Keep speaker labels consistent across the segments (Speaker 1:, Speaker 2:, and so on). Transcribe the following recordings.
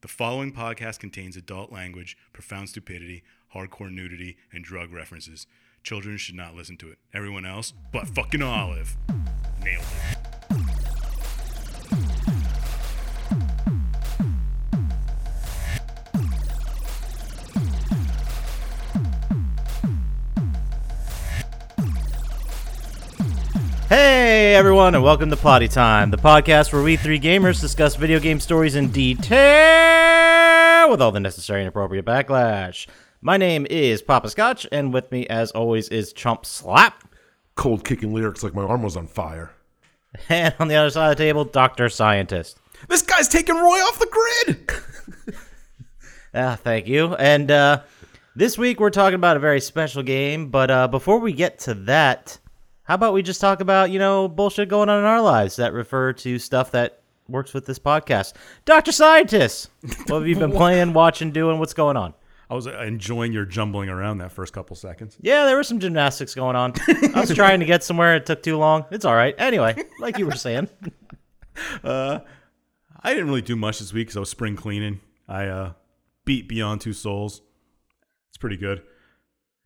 Speaker 1: The following podcast contains adult language, profound stupidity, hardcore nudity, and drug references. Children should not listen to it. Everyone else, but fucking Olive. Nailed it.
Speaker 2: Hey everyone, and welcome to Plotty Time, the podcast where we three gamers discuss video game stories in detail with all the necessary and appropriate backlash. My name is Papa Scotch, and with me, as always, is Chump Slap,
Speaker 3: cold kicking lyrics like my arm was on fire.
Speaker 2: and on the other side of the table, Doctor Scientist.
Speaker 3: This guy's taking Roy off the grid.
Speaker 2: Ah, thank you. And uh, this week we're talking about a very special game, but uh, before we get to that, how about we just talk about you know bullshit going on in our lives that refer to stuff that works with this podcast? Doctor Scientist, what have you been playing, watching, doing? What's going on?
Speaker 1: I was enjoying your jumbling around that first couple seconds.
Speaker 2: Yeah, there was some gymnastics going on. I was trying to get somewhere. It took too long. It's all right. Anyway, like you were saying,
Speaker 1: I didn't really do much this week because I was spring cleaning. I uh, beat Beyond Two Souls. It's pretty good.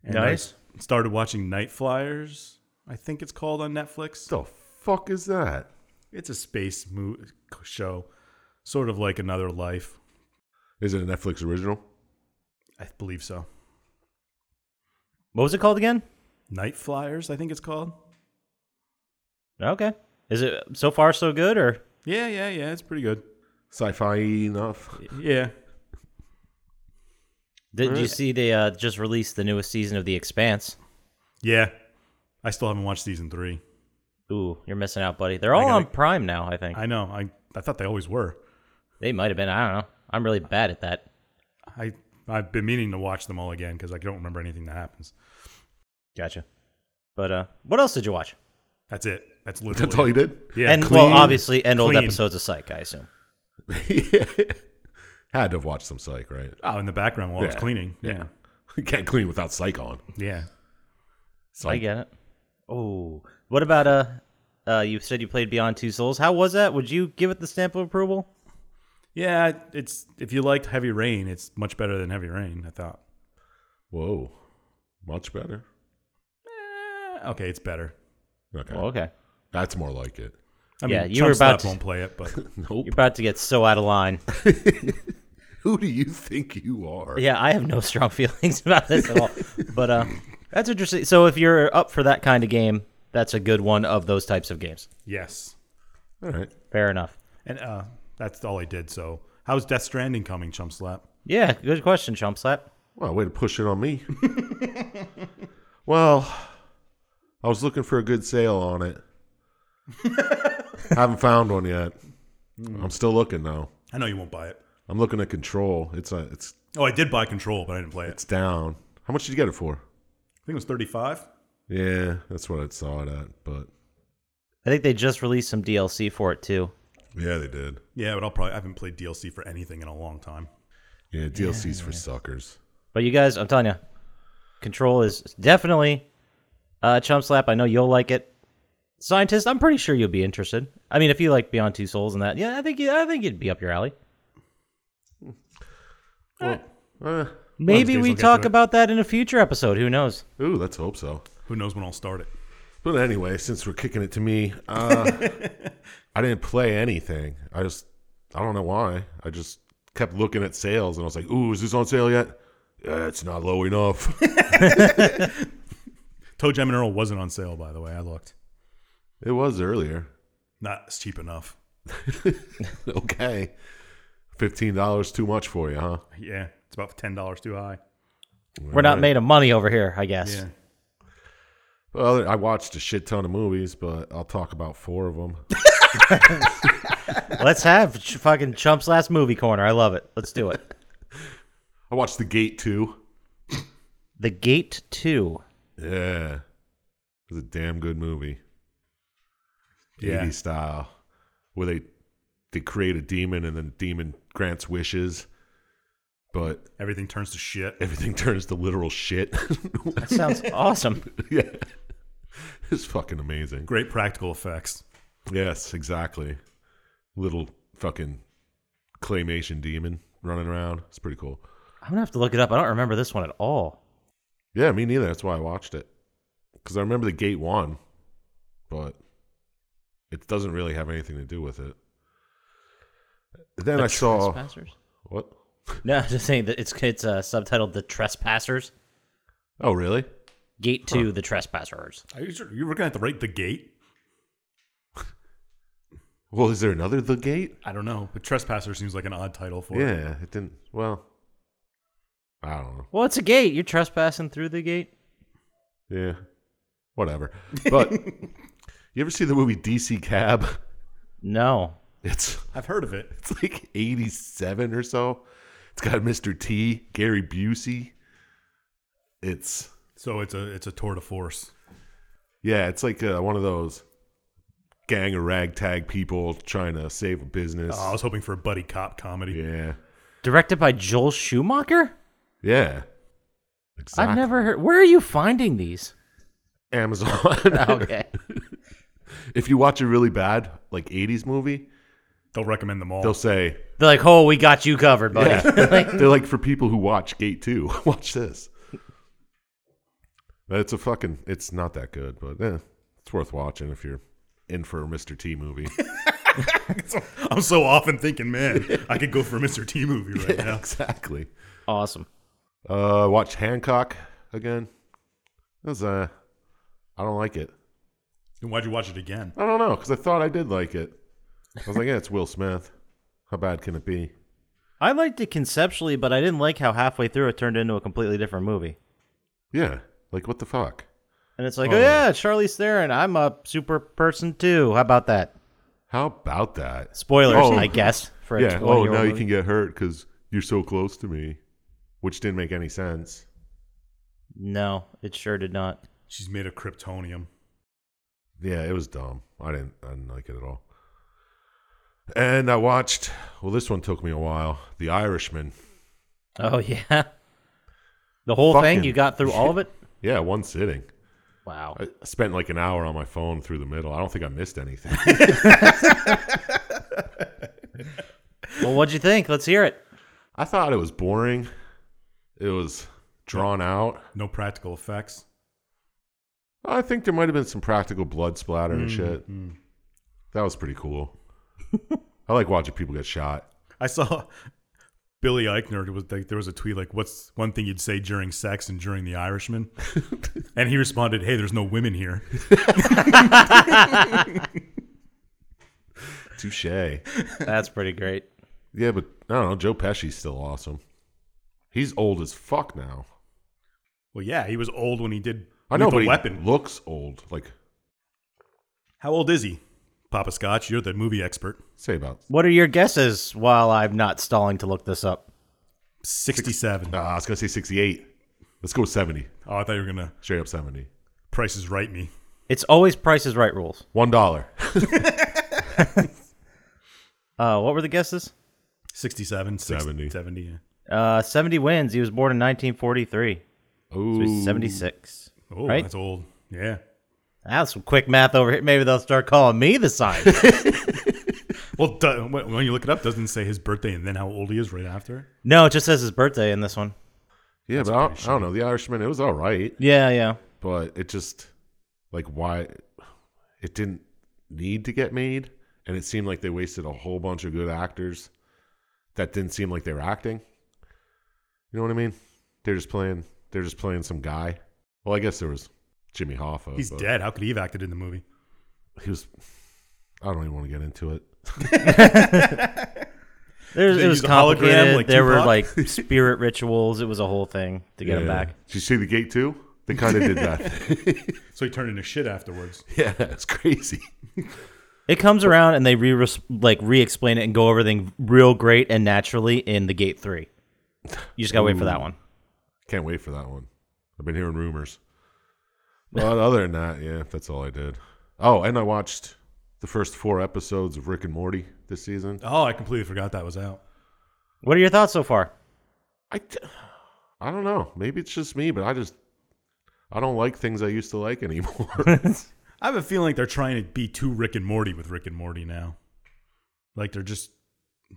Speaker 1: And I s-
Speaker 2: Nice.
Speaker 1: started watching Night Flyers. I think it's called on Netflix.
Speaker 3: the fuck is that?
Speaker 1: It's a space mo- show, sort of like Another Life.
Speaker 3: Is it a Netflix original?
Speaker 1: I believe so.
Speaker 2: what was it called again?
Speaker 1: Night Flyers, I think it's called.
Speaker 2: Okay. Is it so far so good or?
Speaker 1: Yeah, yeah, yeah. It's pretty good.
Speaker 3: Sci-fi enough.
Speaker 1: Yeah.
Speaker 2: Did you see they uh, just released the newest season of The Expanse?
Speaker 1: Yeah. I still haven't watched season three.
Speaker 2: Ooh, you're missing out, buddy. They're all
Speaker 1: gotta-
Speaker 2: on Prime now. I think
Speaker 1: I know. I, I thought they always were.
Speaker 2: they might have been. I don't know. I'm really bad at that.
Speaker 1: I, I've been meaning to watch them all again because I don't remember anything that happens.
Speaker 2: Gotcha. But uh, what else did you watch?
Speaker 1: That's it. That's literally.
Speaker 3: That's all you did.
Speaker 1: Yeah.
Speaker 2: and
Speaker 3: clean-
Speaker 2: well, obviously, and old
Speaker 1: clean.
Speaker 2: episodes of Psych, I assume.
Speaker 3: Had to have watched some Psych, right?
Speaker 1: oh, in the background while I was
Speaker 3: Yeah.
Speaker 1: cleaning. Yeah.
Speaker 3: You can't clean without Psych on.
Speaker 1: Yeah.
Speaker 2: I
Speaker 3: Psych.
Speaker 2: get it. Oh, what about uh, uh? You said you played Beyond Two Souls. How was that? Would you give it the stamp of approval?
Speaker 1: Yeah. It's if you liked Heavy Rain, it's much better than Heavy Rain. I thought.
Speaker 3: Whoa, much better.
Speaker 1: Eh, okay, it's better.
Speaker 3: Okay,
Speaker 2: Well, okay.
Speaker 3: that's more like it.
Speaker 1: I
Speaker 2: Yeah,
Speaker 1: mean,
Speaker 2: you were
Speaker 1: Chump Slap
Speaker 2: about to-
Speaker 1: won't play it, but
Speaker 3: Nope.
Speaker 2: You're about to get so out of line.
Speaker 3: Who do you think you are?
Speaker 2: yeah, I have no strong feelings about this at all. But uh, that's interesting. So if you're up for that kind of game, that's a good one of those types of games.
Speaker 1: yes.
Speaker 3: All right.
Speaker 2: Fair enough.
Speaker 1: And uh, that's all I did. So, how's Death Stranding coming, Chump Slap?
Speaker 2: Yeah, good question, Chump Slap.
Speaker 3: Well, way to push it on me. well, I was looking for a good sale on it. Haven't found one yet. I'm still looking though.
Speaker 1: I know you won't buy it.
Speaker 3: I'm looking at Control. It's a, it's
Speaker 1: Oh, I did buy Control, but I didn't play it.
Speaker 3: it's down. How much did you get it for?
Speaker 1: I think it was 35.
Speaker 3: Yeah, that's what I saw it at. But
Speaker 2: I think they just released some DLC for it too.
Speaker 3: yeah, they did.
Speaker 1: Yeah, but I'll probably I haven't played DLC for anything in a long time.
Speaker 3: Yeah, DLC's for suckers.
Speaker 2: But you guys, I'm telling you, Control is definitely uh, Chump Slap. I know you'll like it. Scientist, I'm pretty sure you'll be interested. I mean, if you like Beyond Two Souls and that, yeah, I think you, I think you'd be up your alley.
Speaker 3: Eh,
Speaker 2: Maybe
Speaker 1: days I'll
Speaker 2: we
Speaker 1: get to
Speaker 2: talk
Speaker 1: it.
Speaker 2: about that in a future episode. Who knows?
Speaker 3: ooh, let's hope so.
Speaker 1: Who knows when I'll start it?
Speaker 3: But anyway, since we're kicking it to me, uh, I didn't play anything. I just, I don't know why. I just kept looking at sales and I was like, ooh, is this on sale yet? Yeah, it's not low enough.
Speaker 1: Toe Jam and Earl wasn't on sale, by the way. I looked.
Speaker 3: it was earlier.
Speaker 1: Not as cheap enough.
Speaker 3: Okay. $15 too much for you, huh?
Speaker 1: Yeah, it's about ten dollars too high.
Speaker 2: We're not made of money over here, I guess.
Speaker 1: Yeah.
Speaker 3: Well, I watched a shit ton of movies, but I'll talk about four of them.
Speaker 2: Let's have ch- fucking Chump's last movie corner. I love it. Let's do it.
Speaker 3: I watched The Gate 2.
Speaker 2: the Gate Two.
Speaker 3: Yeah. It was a damn good movie.
Speaker 1: Yeah.
Speaker 3: 80s style. Where they they create a demon and then the demon grants wishes. But
Speaker 1: Everything turns to shit.
Speaker 3: everything turns to literal shit.
Speaker 2: That sounds awesome.
Speaker 3: yeah. It's fucking amazing.
Speaker 1: Great practical effects.
Speaker 3: Yes, exactly. Little fucking claymation demon running around. It's pretty cool.
Speaker 2: I'm gonna have to look it up. I don't remember this one at all.
Speaker 3: Yeah, me neither. That's why I watched it. Because I remember the gate one, but it doesn't really have anything to do with it. Then I saw
Speaker 2: Trespassers?
Speaker 3: what?
Speaker 2: No, I'm just saying that it's it's uh, subtitled "The Trespassers."
Speaker 3: Oh, really?
Speaker 2: Gate two, The Trespassers.
Speaker 1: Are you, sure- you were going to have to write the gate?
Speaker 3: Well, is there another The Gate?
Speaker 1: I don't know. But Trespasser seems like an odd title for it.
Speaker 3: Yeah, it didn't. Well, I don't know.
Speaker 2: Well, it's a gate. You're trespassing through the gate.
Speaker 3: Yeah, whatever. But you ever see the movie DC Cab?
Speaker 2: No.
Speaker 3: It's
Speaker 1: I've heard of it.
Speaker 3: it's like '87 or so. It's got Mr. T, Gary Busey. It's
Speaker 1: So it's a it's a tour de force.
Speaker 3: Yeah, it's like uh, one of those gang of ragtag people trying to save a business.
Speaker 1: Oh, I was hoping for a buddy cop comedy.
Speaker 3: yeah,
Speaker 2: Directed by Joel Schumacher.
Speaker 3: yeah. Exactly.
Speaker 2: I've never heard. Where are you finding these?
Speaker 3: Amazon.
Speaker 2: Okay.
Speaker 3: if you watch a really bad like '80s movie,
Speaker 1: They'll recommend them all.
Speaker 3: they'll say
Speaker 2: They're like, "Oh, we got you covered, buddy."
Speaker 3: they're like for people who watch Gate Two. watch this. But It's a fucking. It's not that good, but eh, it's worth watching if you're in for a Mr. T movie.
Speaker 1: I'm so often thinking, man, I could go for a Mr. T movie right now.
Speaker 3: exactly.
Speaker 2: awesome.
Speaker 3: Uh, watched Hancock again. That was uh, I don't like it.
Speaker 1: Then why'd you watch it again?
Speaker 3: I don't know because I thought I did like it. I was like, yeah, it's Will Smith. How bad can it be?
Speaker 2: I liked it conceptually, but I didn't like how halfway through it turned into a completely different movie.
Speaker 3: Yeah, like what the fuck?
Speaker 2: And it's like, oh, yeah, Charlize Theron. I'm a super person too. How about that?
Speaker 3: How about that?
Speaker 2: Spoilers,
Speaker 3: Oh.
Speaker 2: I guess. For a
Speaker 3: yeah. Oh,
Speaker 2: 20-year-old
Speaker 3: now you
Speaker 2: movie.
Speaker 3: can get hurt because you're so close to me, which didn't make any sense.
Speaker 2: No, it sure did not.
Speaker 1: She's made of kryptonium.
Speaker 3: Yeah, it was dumb. I didn't. I didn't like it at all. And I watched. Well, this one took me a while. The Irishman.
Speaker 2: Oh yeah, the whole thing.
Speaker 3: Fucking-
Speaker 2: You got through all of it.
Speaker 3: Yeah, one sitting.
Speaker 2: Wow.
Speaker 3: I spent like an hour on my phone through the middle. I don't think I missed anything.
Speaker 2: Well, what'd you think? Let's hear it.
Speaker 3: I thought it was boring. It was drawn out.
Speaker 1: No practical effects.
Speaker 3: I think there might have been some practical blood splatter and shit. That was pretty cool. I like watching people get shot.
Speaker 1: I saw Billy Eichner was like there was a tweet like, "What's one thing you'd say during sex and during The Irishman?" and he responded, "Hey, there's no women here."
Speaker 3: Touche. yeah,
Speaker 2: That's pretty great.
Speaker 3: but I don't know. Joe Pesci's still awesome. He's old as fuck now.
Speaker 1: Well, yeah, he was old when he did.
Speaker 3: I know,
Speaker 1: Lethal
Speaker 3: but he
Speaker 1: weapon.
Speaker 3: looks old. Like,
Speaker 1: How old is he? Papa Scotch, you're the movie expert.
Speaker 3: say about
Speaker 2: What are your guesses? While I'm not stalling to look this up.
Speaker 1: Sixty-seven.
Speaker 3: uh, I was gonna say sixty-eight. Let's go with seventy.
Speaker 1: Oh, I thought you were gonna
Speaker 3: Straight up seventy.
Speaker 1: Price is Right me.
Speaker 2: It's always Price is Right rules.
Speaker 3: One dollar.
Speaker 2: Uh, what were the guesses?
Speaker 1: 67,
Speaker 3: 70.
Speaker 1: 70. 70 yeah.
Speaker 2: Uh, 70 wins. He was born in 1943. So he's
Speaker 3: Ooh,
Speaker 2: 76.
Speaker 1: Oh,
Speaker 2: Right?
Speaker 1: that's old. Yeah.
Speaker 2: That's some quick math over here. Maybe they'll start calling me the sign.
Speaker 1: Well, do- when when you look it up, doesn't it say his birthday and then how old he is right after.
Speaker 2: no, it just says his birthday in this one.
Speaker 3: yeah, but I don't, I don't know. The Irishman. It was all right,
Speaker 2: Yeah, yeah.
Speaker 3: but it just like why it didn't need to get made, and it seemed like they wasted a whole bunch of good actors that didn't seem like they were acting. You know what I mean? They're just playing. They're just playing some guy. Well, I guess there was Jimmy Hoffa.
Speaker 1: He's
Speaker 3: but
Speaker 1: dead. How could he have acted in the movie?
Speaker 3: He was. I don't even want to get into it.
Speaker 2: There's,
Speaker 1: They
Speaker 2: it was
Speaker 1: use a hologram
Speaker 2: complicated.
Speaker 1: like
Speaker 2: there were
Speaker 1: Tupac?
Speaker 2: like spirit rituals. It was a whole thing to get him
Speaker 3: Yeah.
Speaker 2: back.
Speaker 3: Did you see the gate too? They kind of did that.
Speaker 1: So he turned into shit afterwards.
Speaker 3: yeah, it's crazy.
Speaker 2: It comes around and they re like re-explain it and go over everything real great and naturally in the gate three. You just gotta wait for that one.
Speaker 3: Can't wait for that one. I've been hearing rumors. But other than that, yeah, that's all I did. Oh, and I watched the first four episodes of Rick and Morty this season.
Speaker 1: Oh, I completely forgot that was out.
Speaker 2: What are your thoughts so far?
Speaker 3: I, t- I don't know. Maybe it's just me, but I just I don't like things I used to like anymore.
Speaker 1: I have a feeling like they're trying to be too Rick and Morty with Rick and Morty now. Like they're just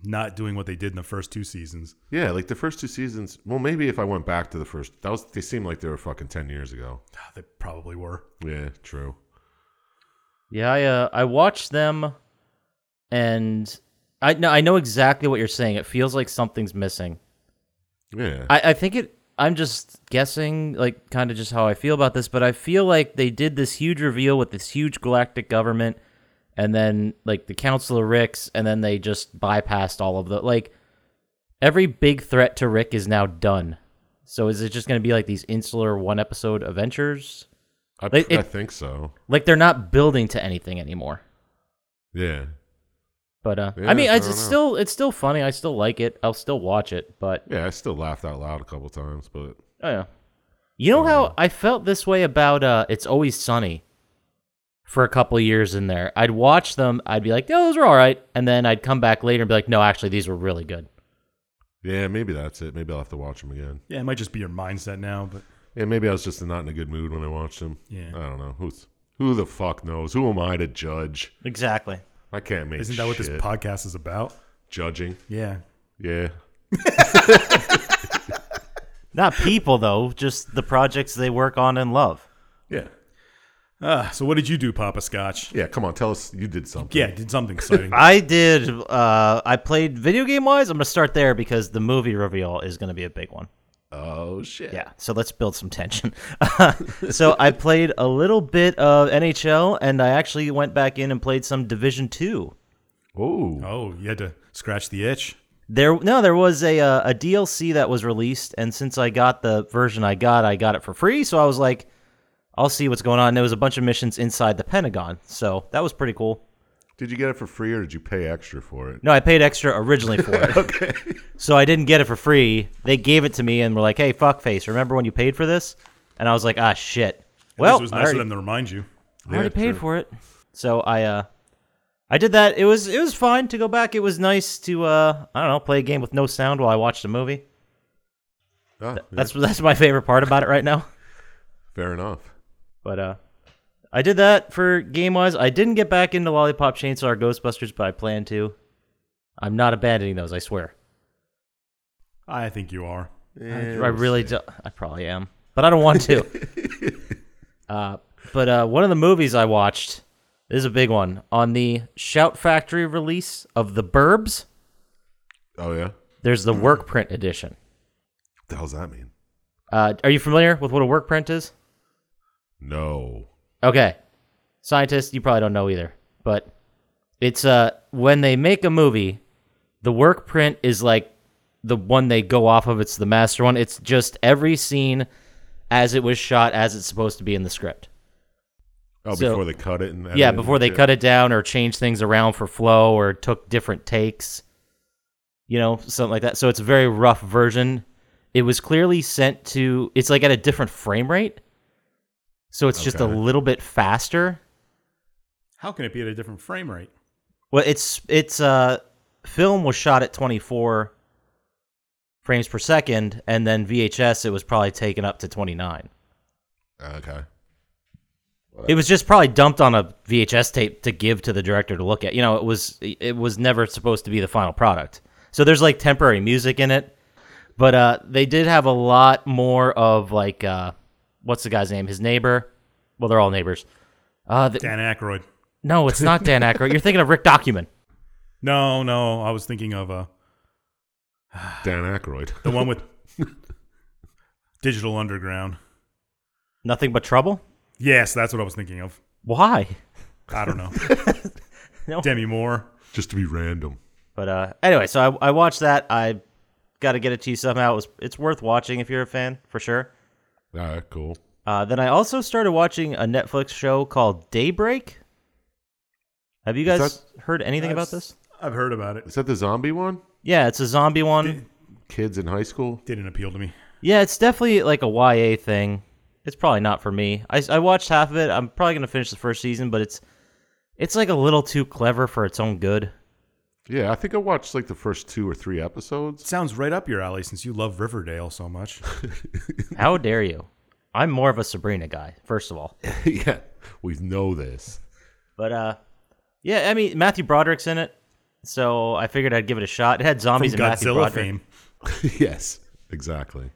Speaker 4: not doing what they did in the first two seasons.
Speaker 3: Yeah, like the first two seasons. Well, maybe if I went back to the first, that was they seemed like they were fucking ten years ago.
Speaker 4: Ah, They probably were.
Speaker 3: Yeah, true.
Speaker 2: Yeah, I uh, I watched them, and I know I know exactly what you're saying. It feels like something's missing.
Speaker 3: Yeah,
Speaker 2: I, I think it. I'm just guessing, like kind of just how I feel about this, but I feel like they did this huge reveal with this huge galactic government, and then like the Council of Ricks, and then they just bypassed all of the like every big threat to Rick is now done. So is it just going to be like these insular one episode adventures?
Speaker 3: I,
Speaker 2: like,
Speaker 3: I
Speaker 2: it-
Speaker 3: think so.
Speaker 2: Like they're not building to anything anymore.
Speaker 3: Yeah,
Speaker 2: But uh,
Speaker 3: Yeah,
Speaker 2: I mean,
Speaker 3: I
Speaker 2: it's,
Speaker 3: don't
Speaker 2: it's
Speaker 3: know.
Speaker 2: still it's still funny. I still like it. I'll still watch it. But
Speaker 3: yeah. I still laughed out loud a couple times, but
Speaker 2: I don't know. You know how I felt this way about uh, "It's Always Sunny" for a couple years in there. I'd watch them. I'd be like, "No, those were all right," and then I'd come back later and be like, "No, actually, these were really good."
Speaker 3: yeah, maybe that's it. Maybe I'll have to watch them again.
Speaker 4: Yeah, it might just be your mindset now, but
Speaker 3: Yeah, maybe I was just not in a good mood when I watched them.
Speaker 4: Yeah.
Speaker 3: I don't know who's who the fuck knows. Who am I to judge?
Speaker 2: Exactly.
Speaker 3: I can't make.
Speaker 4: isn't that what this
Speaker 3: shit.
Speaker 4: podcast is about?
Speaker 3: judging?
Speaker 4: Yeah.
Speaker 3: Yeah,
Speaker 2: Not people though, just the projects they work on and love.
Speaker 3: yeah,
Speaker 4: Ah, so what did you do, Papa Scotch?
Speaker 3: yeah. Come on, tell us you did something.
Speaker 4: Yeah, did something exciting.
Speaker 2: I did. Uh, I played video game wise. I'm gonna start there because the movie reveal is gonna be a big one.
Speaker 3: Oh shit.
Speaker 2: Yeah, so let's build some tension. so I played a little bit of NHL, and I actually went back in and played some Division Two.
Speaker 3: Oh.
Speaker 4: oh, you had to scratch the itch.
Speaker 2: There, no, there was a uh, a DLC that was released, and since I got the version I got, I got it for free. So I was like, I'll see what's going on. And there was a bunch of missions inside the Pentagon, so that was pretty cool.
Speaker 3: Did you get it for free or did you pay extra for it?
Speaker 2: No, I paid extra originally for it. okay. So I didn't get it for free. They gave it to me and were like, "Hey, fuckface, remember when you paid for this?" And I was like, "Ah, shit." Well,
Speaker 4: this was
Speaker 2: I
Speaker 4: nice
Speaker 2: already-
Speaker 4: of them to remind you.
Speaker 2: I already
Speaker 3: Yeah,
Speaker 2: paid
Speaker 3: true.
Speaker 2: for it. So I uh I did that. It was it was fine to go back. It was nice to uh I don't know, play a game with no sound while I watched a movie.
Speaker 3: Ah, yeah,
Speaker 2: That's that's my favorite part about it right now.
Speaker 3: fair enough.
Speaker 2: But uh I did that for game wise. I didn't get back into Lollipop Chainsaw or Ghostbusters, but I plan to. I'm not abandoning those, I swear.
Speaker 4: I think you are.
Speaker 2: I really do. I probably am, but I don't want to. uh, but uh, one of the movies I watched this is a big one on the Shout Factory release of The Burbs.
Speaker 3: Oh yeah.
Speaker 2: There's the work print edition.
Speaker 3: The hell's that mean?
Speaker 2: Uh, are you familiar with what a work print is?
Speaker 3: No.
Speaker 2: Okay, scientists, you probably don't know either, but it's uh when they make a movie, the work print is like the one they go off of. It's the master one. It's just every scene as it was shot, as it's supposed to be in the script.
Speaker 3: Oh,
Speaker 2: So-
Speaker 3: before they cut it and
Speaker 2: yeah, before they cut it down or change things around for flow or took different takes, you know, something like that. So it's a very rough version. It was clearly sent to, it's like at a different frame rate. So it's just a
Speaker 3: Okay.
Speaker 2: little bit faster.
Speaker 4: How can it be at a different frame rate?
Speaker 2: Well, it's, it's, uh, film was shot at 24 frames per second, and then VHS, it was probably taken up to 29.
Speaker 3: Ah, Okay.
Speaker 2: It was just probably dumped on a VHS tape to give to the director to look at. You know, it was it was never supposed to be the final product. So there's like temporary music in it, but uh, they did have a lot more of like uh, what's the guy's name? His neighbor. Well, they're all neighbors. Uh, the,
Speaker 4: Dan Aykroyd.
Speaker 2: no, it's not Dan Aykroyd. You're thinking of Rick Document.
Speaker 4: No, no, I was thinking of uh,
Speaker 3: Dan Aykroyd.
Speaker 4: the one with Digital Underground.
Speaker 2: Nothing but trouble.
Speaker 4: Yes, that's what I was thinking of.
Speaker 2: Why?
Speaker 4: I don't know.
Speaker 2: No.
Speaker 4: Demi Moore.
Speaker 3: Just to be random.
Speaker 2: But uh, anyway, so I, I watched that. I got to get it to you somehow. It was, it's worth watching if you're a fan for sure.
Speaker 3: All right, Ah, cool.
Speaker 2: Uh, then I also started watching a Netflix show called Daybreak. Have you
Speaker 3: Is
Speaker 2: guys heard anything about this?
Speaker 4: I've heard about it.
Speaker 3: Is that the zombie one?
Speaker 2: Yeah, it's a zombie one.
Speaker 3: Kids in high school?
Speaker 4: Didn't appeal to me.
Speaker 2: yeah, it's definitely like a YA thing. It's probably not for me. I, I watched half of it. I'm probably gonna finish the first season, but it's it's like a little too clever for its own good.
Speaker 3: Yeah, I think I watched like the first two or three episodes.
Speaker 4: Sounds right up your alley since you love Riverdale so much.
Speaker 2: How dare you? I'm more of a Sabrina guy, first of all.
Speaker 3: yeah, we know this.
Speaker 2: But uh, yeah, I mean Matthew Broderick's in it. so I figured I'd give it a shot. It had
Speaker 4: From
Speaker 2: zombies and Matthew
Speaker 4: Godzilla
Speaker 2: Broderick,
Speaker 4: fame.
Speaker 3: yes, exactly.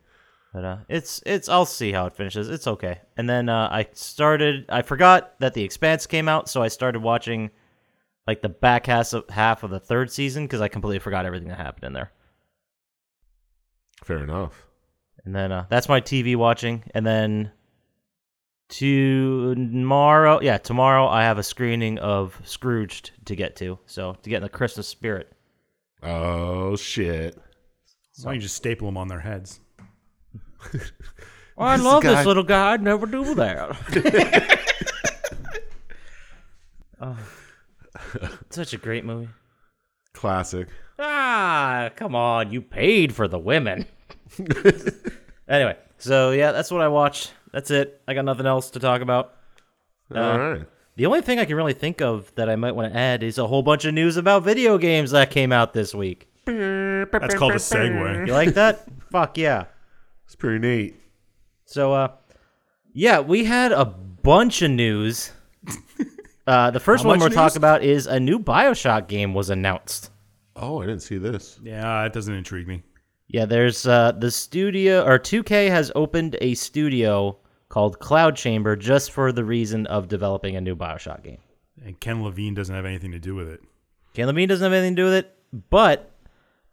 Speaker 2: but uh, it's it's I'll see how it finishes. It's okay. And then uh, I started. I forgot that The Expanse came out, so I started watching like the back half of, half of the third season because I completely forgot everything that happened in there.
Speaker 3: Fair enough.
Speaker 2: And then uh, that's my TV watching. And then tomorrow, yeah, tomorrow I have a screening of Scrooged to get to. So to get in the Christmas spirit.
Speaker 3: Oh shit!
Speaker 4: Why don't you just staple them on their heads?
Speaker 2: Oh, I
Speaker 3: This
Speaker 2: love
Speaker 3: guy-
Speaker 2: this little guy. I'd never do that. Oh. such a great movie.
Speaker 3: Classic.
Speaker 2: Ah, come on. You paid for the women. anyway, so yeah, that's what I watched. That's it. I got nothing else to talk about.
Speaker 3: All right.
Speaker 2: The only thing I can really think of that I might want to add is a whole bunch of news about video games that came out this week.
Speaker 4: That's called a segue.
Speaker 2: You like that? Fuck yeah.
Speaker 3: It's pretty neat.
Speaker 2: So, uh, yeah, we had a bunch of news. Uh, the first
Speaker 4: How
Speaker 2: one
Speaker 4: much
Speaker 2: we're
Speaker 4: news?
Speaker 2: talking about is a new Bioshock game was announced.
Speaker 3: Oh, I didn't see this.
Speaker 4: Yeah, it doesn't intrigue me.
Speaker 2: Yeah, there's uh, the studio, or 2K has opened a studio called Cloud Chamber just for the reason of developing a new Bioshock game.
Speaker 4: And Ken Levine doesn't have anything to do with it.
Speaker 2: Okay, Levine doesn't have anything to do with it, but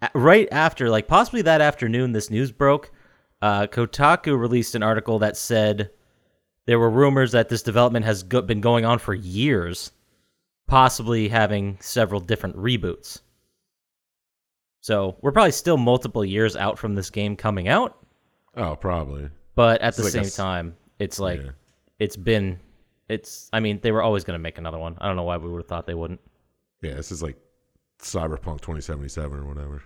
Speaker 2: a- right after, like possibly that afternoon, this news broke. Uh, Kotaku released an article that said there were rumors that this development has go- been going on for years, possibly having several different reboots. So we're probably still multiple years out from this game coming out,
Speaker 3: Oh, probably.
Speaker 2: but at the
Speaker 3: like a
Speaker 2: same
Speaker 3: s-
Speaker 2: time, it's like
Speaker 3: Yeah.
Speaker 2: it's been, it's. I mean, they were always going to make another one. I don't know why we would have thought they wouldn't.
Speaker 3: Yeah, this is like Cyberpunk 2077 or whatever.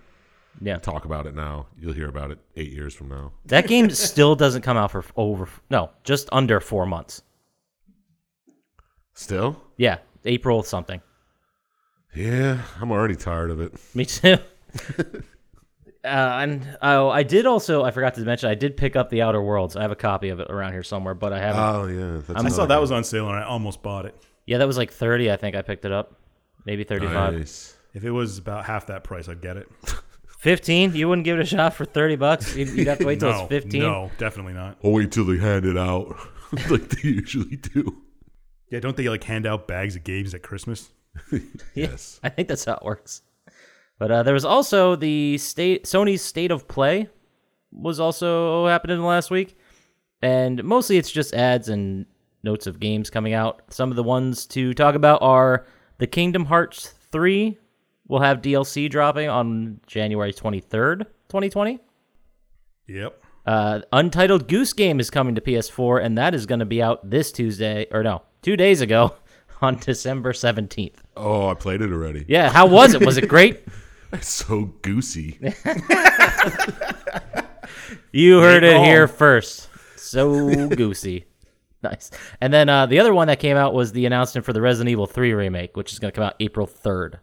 Speaker 2: Yeah,
Speaker 3: Talk about it now. You'll hear about it eight years from now.
Speaker 2: That game still doesn't come out for f- over f- no, just under four months.
Speaker 3: Still?
Speaker 2: Yeah, April something.
Speaker 3: Yeah, I'm already tired of it.
Speaker 2: Me too. uh, and oh, I did also. I forgot to mention. I did pick up the Outer Worlds. I have a copy of it around here somewhere, but I haven't.
Speaker 4: Uh,
Speaker 3: Oh yeah, that's
Speaker 4: I saw that was on sale and I almost bought it.
Speaker 2: yeah, that was like thirty. I think I picked it up. Maybe thirty-five.
Speaker 3: nice.
Speaker 4: If it was about half that price, I'd get it.
Speaker 2: Fifteen? You wouldn't give it a shot for thirty bucks? You'd, you'd have to wait till
Speaker 4: no,
Speaker 2: it's fifteen.
Speaker 4: no, definitely not.
Speaker 3: Or wait till they hand it out, like they usually do.
Speaker 4: Yeah, don't they like hand out bags of games at Christmas?
Speaker 3: Yes.
Speaker 2: I think that's how it works. But uh, there was also the state Sony's State of Play was also happening last week, and mostly it's just ads and notes of games coming out. Some of the ones to talk about are the Kingdom Hearts three will have DLC dropping on January twenty third, twenty twenty.
Speaker 4: Yep.
Speaker 2: Uh, Untitled Goose Game is coming to PS4, and that is going to be out this Tuesday, or no, two days ago on December 17th.
Speaker 3: Oh, I played it already.
Speaker 2: Yeah, how was it? Was it great?
Speaker 3: It's so goosey.
Speaker 2: You heard
Speaker 4: Make
Speaker 2: it
Speaker 4: all.
Speaker 2: here first. So goosey. Nice. And then uh, the other one that came out was the announcement for the Resident Evil 3 remake, which is going to come out April 3rd.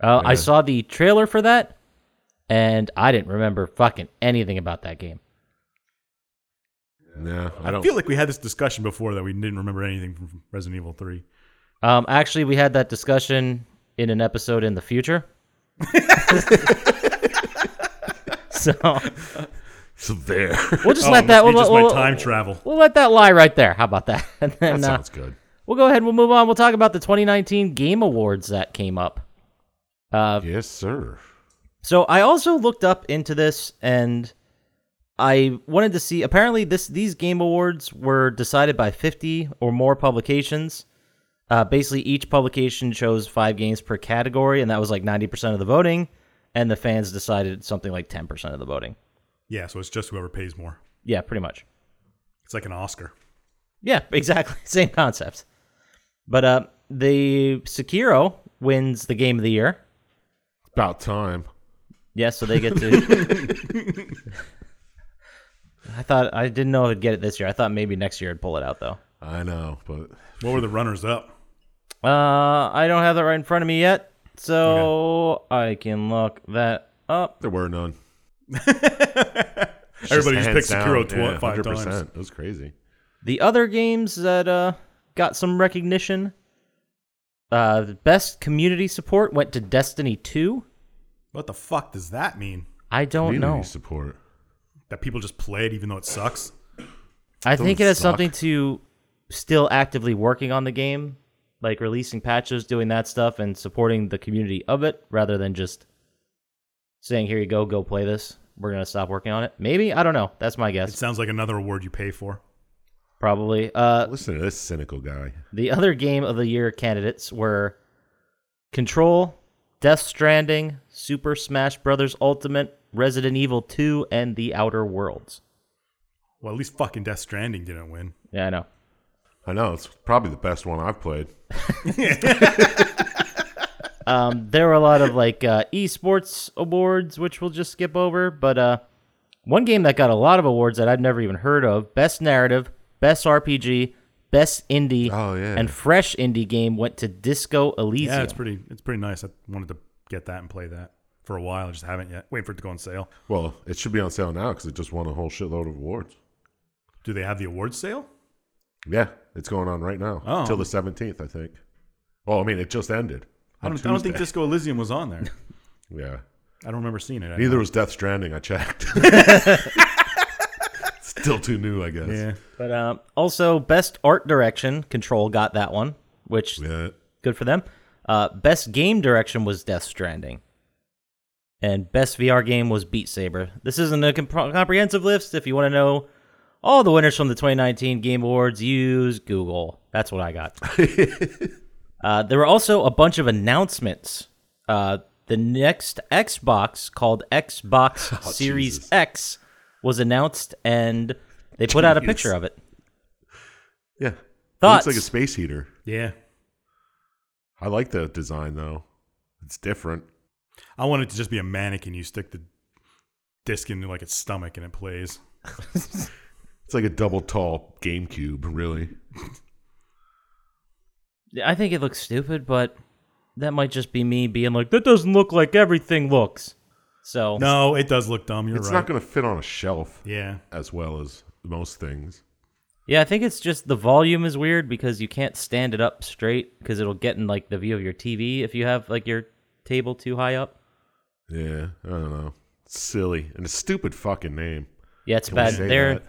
Speaker 2: Uh, I saw the trailer for that, and I didn't remember fucking anything about that game.
Speaker 3: No, I
Speaker 4: I
Speaker 3: don't.
Speaker 4: feel like we had this discussion before that we didn't remember anything from Resident Evil 3.
Speaker 2: Um, actually, we had that discussion in an episode in the future. so
Speaker 3: so there.
Speaker 2: we'll just
Speaker 4: Oh, must
Speaker 2: let that
Speaker 4: be
Speaker 2: we'll,
Speaker 4: just
Speaker 2: we'll-
Speaker 4: my time travel.
Speaker 2: we'll let that lie right there. How about that? And
Speaker 3: that
Speaker 2: then, uh,
Speaker 3: sounds good.
Speaker 2: We'll go ahead and we'll move on. We'll talk about the 2019 Game Awards that came up. Uh,
Speaker 3: Yes, sir.
Speaker 2: so I also looked up into this and I wanted to see. Apparently, this these Game Awards were decided by 50 or more publications. Uh, basically, each publication chose five games per category, and that was like 90% of the voting. And the fans decided something like 10% of the voting.
Speaker 4: Yeah, so it's just whoever pays more.
Speaker 2: Yeah, pretty much.
Speaker 4: It's like an Oscar.
Speaker 2: Yeah, exactly. Same concept. But uh, the Sekiro wins the Game of the Year.
Speaker 3: About time.
Speaker 2: Yeah, so they get to. I thought I didn't know it'd get it this year. I thought maybe next year it'd pull it out though.
Speaker 3: I know, but
Speaker 4: What were the runners up?
Speaker 2: Uh, I don't have that right in front of me yet, so I can look that up.
Speaker 3: there were none.
Speaker 4: Everybody just picked
Speaker 3: hands
Speaker 4: Sekiro
Speaker 3: down, yeah,
Speaker 4: tw- five
Speaker 3: 100%.
Speaker 4: times.
Speaker 3: It was crazy.
Speaker 2: The other games that uh got some recognition Uh, the best community support went to Destiny 2.
Speaker 1: What the fuck does that mean?
Speaker 2: I don't
Speaker 3: Community
Speaker 2: know.
Speaker 3: support.
Speaker 1: That people just play it even though it sucks?
Speaker 2: I think it has
Speaker 3: suck.
Speaker 2: something to still actively working on the game, like releasing patches, doing that stuff, and supporting the community of it rather than just saying, here you go, go play this. We're going to stop working on it. Maybe. I don't know. That's my
Speaker 1: It
Speaker 2: guess.
Speaker 1: sounds like another award you pay for.
Speaker 2: Probably. Uh,
Speaker 3: Listen to this cynical guy.
Speaker 2: The other game of the year candidates were Control, Death Stranding, Super Smash Bros. Ultimate, Resident Evil 2, and The Outer Worlds.
Speaker 1: Well, at least fucking Death Stranding didn't win.
Speaker 2: Yeah, I know.
Speaker 3: I know it's probably the best one I've played.
Speaker 2: Um, there were a lot of like uh, esports awards, which we'll just skip over. But uh, one game that got a lot of awards that I'd never even heard of: Best Narrative, Best RPG, Best Indie,
Speaker 3: Oh, yeah.
Speaker 2: and Fresh Indie Game went to Disco Elysium.
Speaker 1: Yeah, it's pretty. It's pretty nice. I wanted to get that and play that for a while. I just haven't yet. Waiting for it to go on sale.
Speaker 3: Well, it should be on sale now because it just won a whole shitload of awards.
Speaker 1: Do they have the awards sale?
Speaker 3: Yeah, it's going on right now
Speaker 1: Oh.
Speaker 3: till the seventeenth, I think. Well, I mean, it just ended.
Speaker 1: I
Speaker 3: on
Speaker 1: don't, I don't think
Speaker 3: Tuesday.
Speaker 1: Disco Elysium was on there.
Speaker 3: Yeah,
Speaker 1: I don't remember seeing it. I
Speaker 3: neither was Death Stranding. I checked. Still too new, I guess.
Speaker 1: know. Yeah.
Speaker 2: But um, also, Best Art Direction, Control got that one, which
Speaker 3: Yeah.
Speaker 2: good for them. Uh, best game direction was Death Stranding, and best VR game was Beat Saber. This isn't a comp- comprehensive list. If you want to know all the winners from the 2019 Game Awards, use Google. That's what I got. uh, there were also a bunch of announcements. Uh, the next Xbox called Xbox Series
Speaker 3: Oh, Jesus.
Speaker 2: X was announced, and they put out a
Speaker 3: Jeez.
Speaker 2: picture of it.
Speaker 3: Yeah.
Speaker 2: Thoughts?
Speaker 3: It looks like a space heater.
Speaker 1: Yeah.
Speaker 3: I like the design though. It's different.
Speaker 1: I want it to just be a mannequin. You stick the disc into like its stomach and it plays.
Speaker 3: It's like a double tall GameCube, really.
Speaker 2: I think it looks stupid, but that might just be me being like, that doesn't look like everything looks. So
Speaker 1: No, it does look dumb. You're
Speaker 3: it's
Speaker 1: right.
Speaker 3: not going to fit on a shelf
Speaker 1: yeah.
Speaker 3: as well as most things.
Speaker 2: yeah, I think it's just the volume is weird because you can't stand it up straight because it'll get in like the view of your TV if you have like your table too high up.
Speaker 3: Yeah, I don't know. Silly and a stupid fucking name.
Speaker 2: Yeah, it's
Speaker 3: Can we
Speaker 2: bad.
Speaker 3: say
Speaker 2: They're
Speaker 3: that?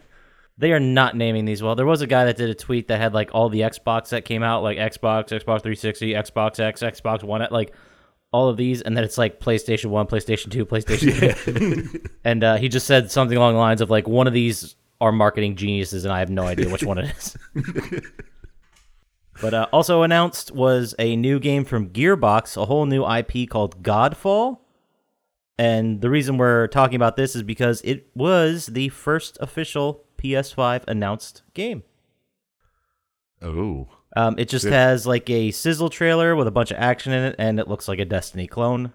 Speaker 2: they are not naming these well. There was a guy that did a tweet that had like all the Xbox that came out, like Xbox, Xbox 360, Xbox X, Xbox One, uh, like all of these, and then it's like PlayStation One, PlayStation Two, PlayStation. and uh, he just said something along the lines of like one of these are marketing geniuses, and I have no idea which one it is. but uh, also announced was a new game from Gearbox, a whole new IP called Godfall. And the reason we're talking about this is because it was the first official PS5 announced game.
Speaker 3: Oh,
Speaker 2: Um, it just
Speaker 3: Yeah.
Speaker 2: has like a sizzle trailer with a bunch of action in it, and it looks like a Destiny clone.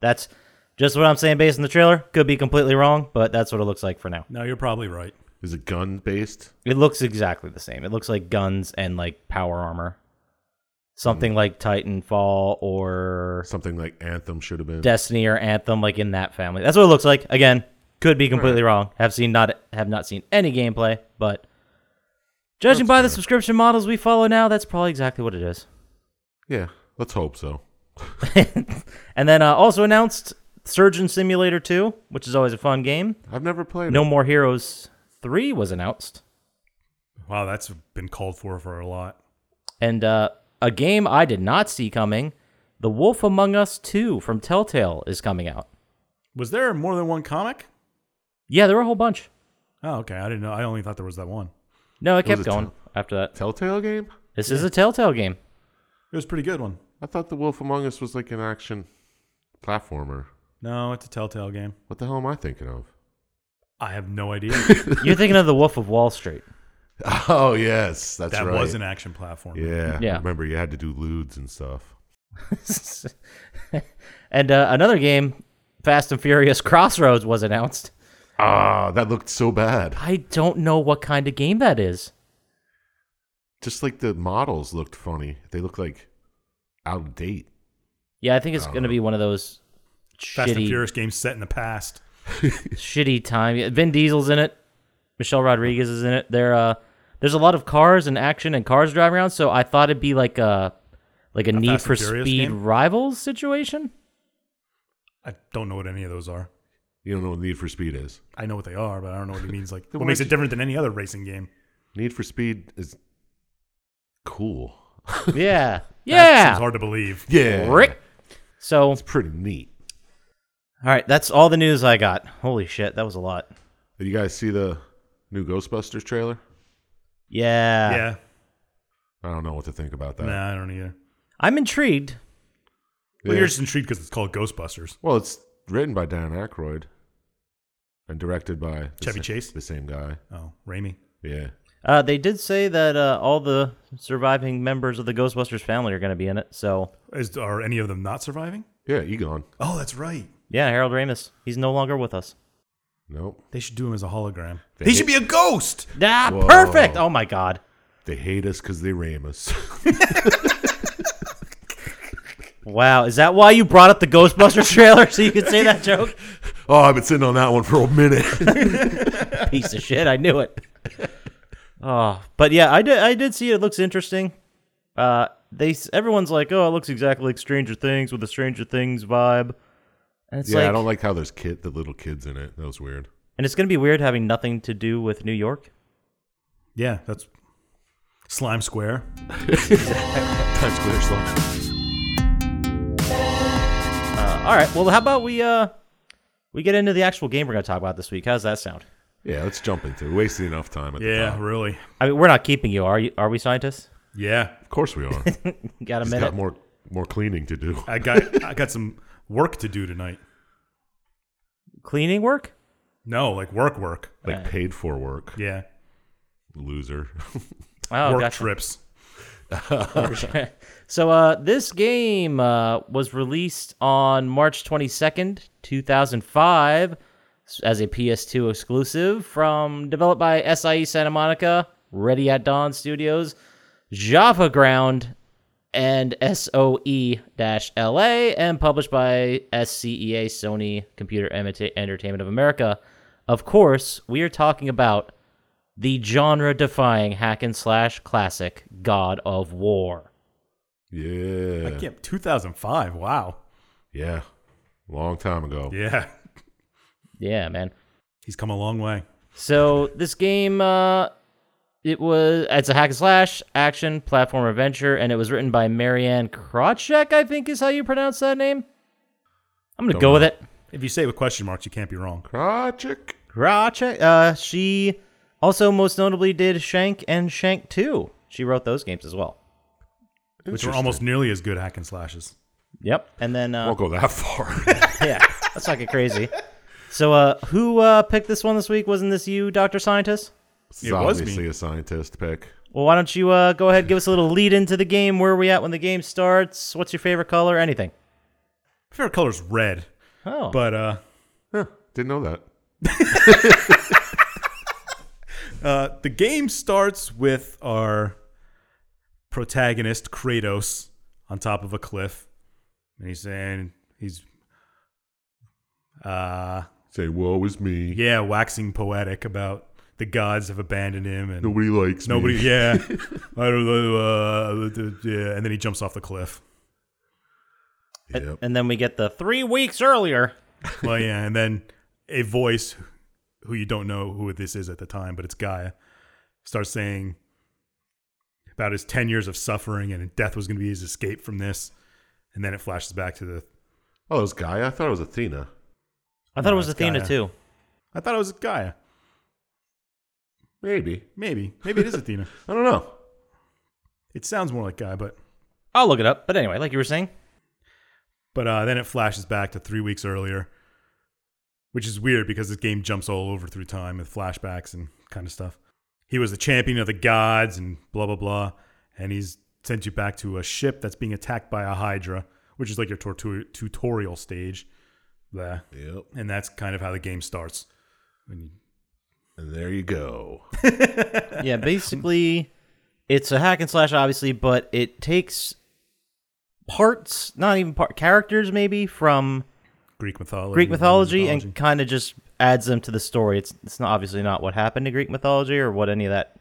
Speaker 2: That's just what I'm saying based on the trailer. Could be completely wrong, but that's what it looks like for now.
Speaker 1: No, you're probably right.
Speaker 3: is it gun based?
Speaker 2: It looks exactly the same. It looks like guns and like power armor. Something like Titanfall or
Speaker 3: Something like Anthem should have been.
Speaker 2: Destiny or Anthem, like in that family. That's what it looks like. Again, could be completely wrong. Have seen not have not seen any gameplay, but judging by the subscription models we follow now, that's probably exactly what it is.
Speaker 3: yeah, let's hope so.
Speaker 2: And then uh, also announced Surgeon Simulator 2, which is always a fun game.
Speaker 3: I've never played.
Speaker 2: No
Speaker 3: it.
Speaker 2: More Heroes 3 was announced,
Speaker 1: Wow, that's been called for for a lot.
Speaker 2: and uh, a game I did not see coming, The Wolf Among Us 2 from Telltale is coming out.
Speaker 1: Was there more than one comic?
Speaker 2: Yeah, there were a whole bunch.
Speaker 1: Oh, okay. I didn't know. I only thought there was that one.
Speaker 2: No, it
Speaker 3: It was
Speaker 2: kept
Speaker 3: a
Speaker 2: going after that.
Speaker 3: Telltale game.
Speaker 2: This is a Telltale game.
Speaker 1: It was a pretty good one.
Speaker 3: I thought The Wolf Among Us was like an action platformer.
Speaker 1: No, it's a Telltale game.
Speaker 3: What the hell am I thinking of?
Speaker 1: I have no idea.
Speaker 2: You're thinking of The Wolf of Wall Street.
Speaker 3: Oh yes, that's
Speaker 1: that
Speaker 3: right.
Speaker 1: was an action platform.
Speaker 3: Yeah,
Speaker 2: Yeah.
Speaker 3: I remember you had to do lewds and stuff.
Speaker 2: and uh, another game, Fast and Furious Crossroads, was announced.
Speaker 3: Ah, that looked so bad.
Speaker 2: I don't know what kind of game that is.
Speaker 3: Just like the models looked funny. They look like out of date.
Speaker 2: Yeah, I think it's going to be one of those
Speaker 1: Oh. Fast and
Speaker 2: shitty,
Speaker 1: Furious games set in the past.
Speaker 2: shitty time. yeah, Vin Diesel's in it. Michelle Rodriguez is in it. There, uh, there's a lot of cars and action and cars driving around. So I thought it'd be like a like a, Need
Speaker 1: Fast
Speaker 2: for
Speaker 1: and Furious
Speaker 2: Speed
Speaker 1: game?
Speaker 2: Rivals situation.
Speaker 1: I don't know what any of those are.
Speaker 3: You don't know what Need for Speed is.
Speaker 1: I know what they are, but I don't know what it means. Like, what
Speaker 3: why
Speaker 1: makes
Speaker 3: did
Speaker 1: it different than any other racing game?
Speaker 3: Need for Speed is cool.
Speaker 2: Yeah,
Speaker 1: That seems
Speaker 2: yeah,
Speaker 1: hard to believe.
Speaker 3: Yeah,
Speaker 2: Rick. So, all
Speaker 3: It's pretty neat.
Speaker 2: right, that's all the news I got. Holy shit, that was a lot.
Speaker 3: Did you guys see the new Ghostbusters trailer?
Speaker 2: Yeah,
Speaker 1: yeah.
Speaker 3: I don't know what to think about that.
Speaker 1: Nah, I don't either.
Speaker 2: I'm intrigued.
Speaker 1: Well,
Speaker 3: Yeah.
Speaker 1: you're just intrigued because it's called Ghostbusters.
Speaker 3: Well, it's written by Dan Aykroyd and directed by the
Speaker 1: Chevy
Speaker 3: sa-
Speaker 1: Chase?
Speaker 3: the same guy.
Speaker 1: Oh, Raimi.
Speaker 3: Yeah,
Speaker 2: Uh, they did say that uh, all the surviving members of the Ghostbusters family are going to be in it. So,
Speaker 1: Is, are any of them not surviving?
Speaker 3: yeah, Egon.
Speaker 1: Oh, that's right.
Speaker 2: yeah, Harold Ramis, he's no longer with us.
Speaker 3: Nope.
Speaker 1: They should do him as a hologram.
Speaker 3: They
Speaker 1: he
Speaker 3: hate-
Speaker 1: should be a ghost.
Speaker 2: Ah,
Speaker 3: Whoa.
Speaker 2: perfect. Oh my god.
Speaker 3: They hate us because they rame us.
Speaker 2: Wow, is that why you brought up the Ghostbusters trailer so you could say that joke?
Speaker 3: oh, I've been sitting on that one for a minute.
Speaker 2: Piece of shit, I knew it. Oh, but yeah, I did. I did see it. It looks interesting. Uh, they s- everyone's like, oh, it looks exactly like Stranger Things with a Stranger Things vibe, and it's
Speaker 3: yeah,
Speaker 2: like,
Speaker 3: I don't like how there's kid, the little kids in it. That was weird.
Speaker 2: and it's gonna be weird having nothing to do with New York.
Speaker 1: Yeah, that's Slime Square.
Speaker 3: Times Square slime.
Speaker 2: Uh, all right, well, how about we uh, we get into the actual game we're gonna talk about this week? How's that sound?
Speaker 3: Yeah, let's jump into. it. We wasted enough time at the
Speaker 1: Yeah,
Speaker 3: top.
Speaker 1: really.
Speaker 2: I mean, we're not keeping you, are you? Are we scientists?
Speaker 1: Yeah,
Speaker 3: Of course we are.
Speaker 2: You got a
Speaker 3: He's
Speaker 2: minute?
Speaker 3: got more more cleaning to do.
Speaker 1: I got I got some work to do tonight.
Speaker 2: Cleaning work?
Speaker 1: No, like work, work.
Speaker 3: Like paid for work.
Speaker 1: Yeah,
Speaker 3: Loser.
Speaker 2: Oh,
Speaker 1: work
Speaker 2: gotcha.
Speaker 1: trips.
Speaker 2: So uh, this game uh, was released on March 22nd, 2005, s- as a PS2 exclusive from developed by SIE Santa Monica, Ready at Dawn Studios, Java Ground, and E SOE-LA, and published by SCEA Sony Computer Emita- Entertainment of America. Of course, we are talking about the genre-defying hack and slash classic God of War.
Speaker 3: yeah.
Speaker 1: Yeah, 2005. Wow.
Speaker 3: Yeah. Long time ago.
Speaker 1: Yeah,
Speaker 2: Yeah, man.
Speaker 1: he's come a long way.
Speaker 2: So this game, uh, it was it's a hack and slash action platform adventure, and it was written by Marianne Krawcheck, I think is how you pronounce that name. I'm gonna
Speaker 3: Don't
Speaker 2: go
Speaker 3: know.
Speaker 2: with it.
Speaker 1: If you say it with question marks, you can't be wrong.
Speaker 3: Project.
Speaker 2: Krawcheck. Uh, she also most notably did Shank and Shank Two. She wrote those games as well.
Speaker 1: Which are almost nearly as good hack and slashes.
Speaker 2: Yep. And then uh,
Speaker 3: Won't go that far.
Speaker 2: yeah, that's not get crazy. So uh, who uh, picked this one this week? Wasn't this you, Doctor Scientist?
Speaker 3: It's
Speaker 1: It was me.
Speaker 3: obviously a scientist pick.
Speaker 2: Well, why don't you uh, go ahead and give us a little lead into the game? Where are we at when the game starts? What's your favorite color? Anything?
Speaker 1: My favorite color's red,
Speaker 2: Oh,
Speaker 1: but uh,
Speaker 3: Huh. Didn't know that.
Speaker 1: Uh, the game starts with our protagonist Kratos on top of a cliff, and he's saying he's, uh,
Speaker 3: Say, woe is me.
Speaker 1: yeah, waxing poetic about the gods have abandoned him and
Speaker 3: Nobody likes
Speaker 1: nobody-
Speaker 3: me.
Speaker 1: yeah, I don't know, uh, yeah, and then he jumps off the cliff.
Speaker 2: and,
Speaker 3: Yep.
Speaker 2: and then we get the three weeks earlier.
Speaker 1: Well, yeah, and then a voice who you don't know who this is at the time, but it's Gaia, starts saying about his 10 years of suffering and death was going to be his escape from this. And then it flashes back to the.
Speaker 3: Oh, it was Gaia? I thought it was Athena.
Speaker 2: I thought
Speaker 1: No,
Speaker 2: it was
Speaker 1: it's
Speaker 2: Athena
Speaker 1: Gaia.
Speaker 2: too.
Speaker 1: I thought it was Gaia.
Speaker 3: Maybe.
Speaker 1: Maybe. Maybe it is Athena.
Speaker 3: I don't know.
Speaker 1: It sounds more like Gaia, but.
Speaker 2: I'll look it up. But anyway, like you were saying,
Speaker 1: But uh, then it flashes back to three weeks earlier, which is weird because this game jumps all over through time with flashbacks and kind of stuff. He was the champion of the gods and blah, blah, blah. And he's sent you back to a ship that's being attacked by a Hydra, which is like your tortu- tutorial stage. Blah.
Speaker 3: Yep.
Speaker 1: And that's kind of how the game starts. When you-
Speaker 3: And there you go.
Speaker 2: yeah, basically, it's a hack and slash, obviously, but it takes parts, not even part characters, maybe from
Speaker 1: Greek mythology.
Speaker 2: Greek
Speaker 1: Roman
Speaker 2: mythology, and
Speaker 1: mythology.
Speaker 2: kind of just adds them to the story. It's it's not obviously not what happened to Greek mythology or what any of that